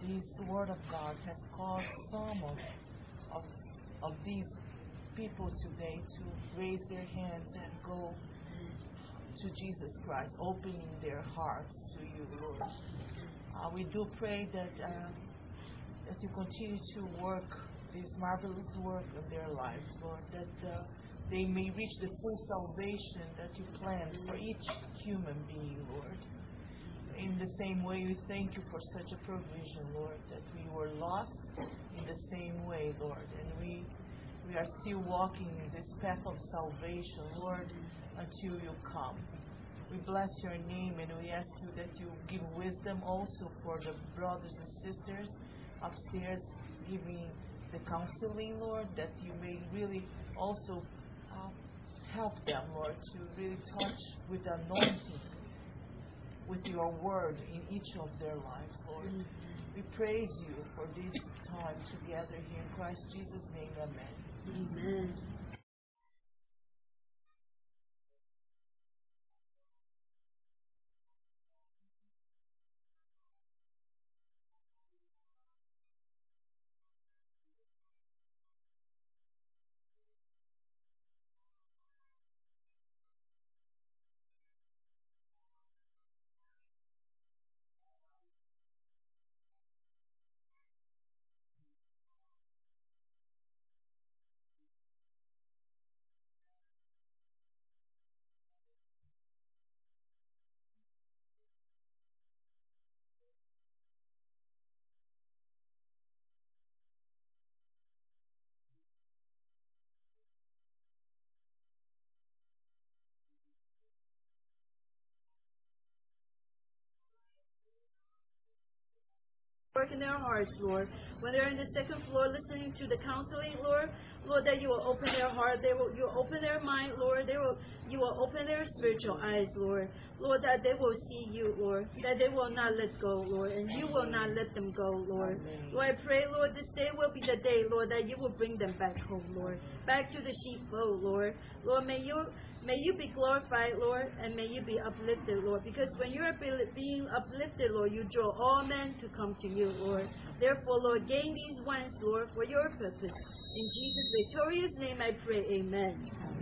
[SPEAKER 9] This word of God has caused some of, of, of these people today to raise their hands and go to Jesus Christ, opening their hearts to you, Lord. Uh, we do pray that, uh, that you continue to work this marvelous work in their lives, Lord, that uh, they may reach the full salvation that you planned for each human being, Lord. In the same way, we thank you for such a provision, Lord, that we were lost in the same way, Lord, and we we are still walking in this path of salvation, Lord, until you come. We bless your name and we ask you that you give wisdom also for the brothers and sisters upstairs giving the counseling, Lord, that you may really also uh, help them, Lord, to really touch with the anointing with your word in each of their lives, Lord.
[SPEAKER 6] Mm-hmm.
[SPEAKER 9] We praise you for this time together here in Christ Jesus' name. Amen.
[SPEAKER 6] work in their hearts, Lord. When they're in the second floor listening to the counseling, Lord, Lord, that you will open their heart, they will you will open their mind, Lord, they will you will open their spiritual eyes, Lord. Lord, that they will see you, Lord, that they will not let go, Lord, and you will not let them go, Lord. Lord, I pray, Lord, this day will be the day, Lord, that you will bring them back home, Lord. Back to the sheepfold, Lord. Lord, may you May you be glorified, Lord, and may you be uplifted, Lord. Because when you are be- being uplifted, Lord, you draw all men to come to you, Lord. Therefore, Lord, gain these ones, Lord, for your purpose. In Jesus' victorious name I pray, amen.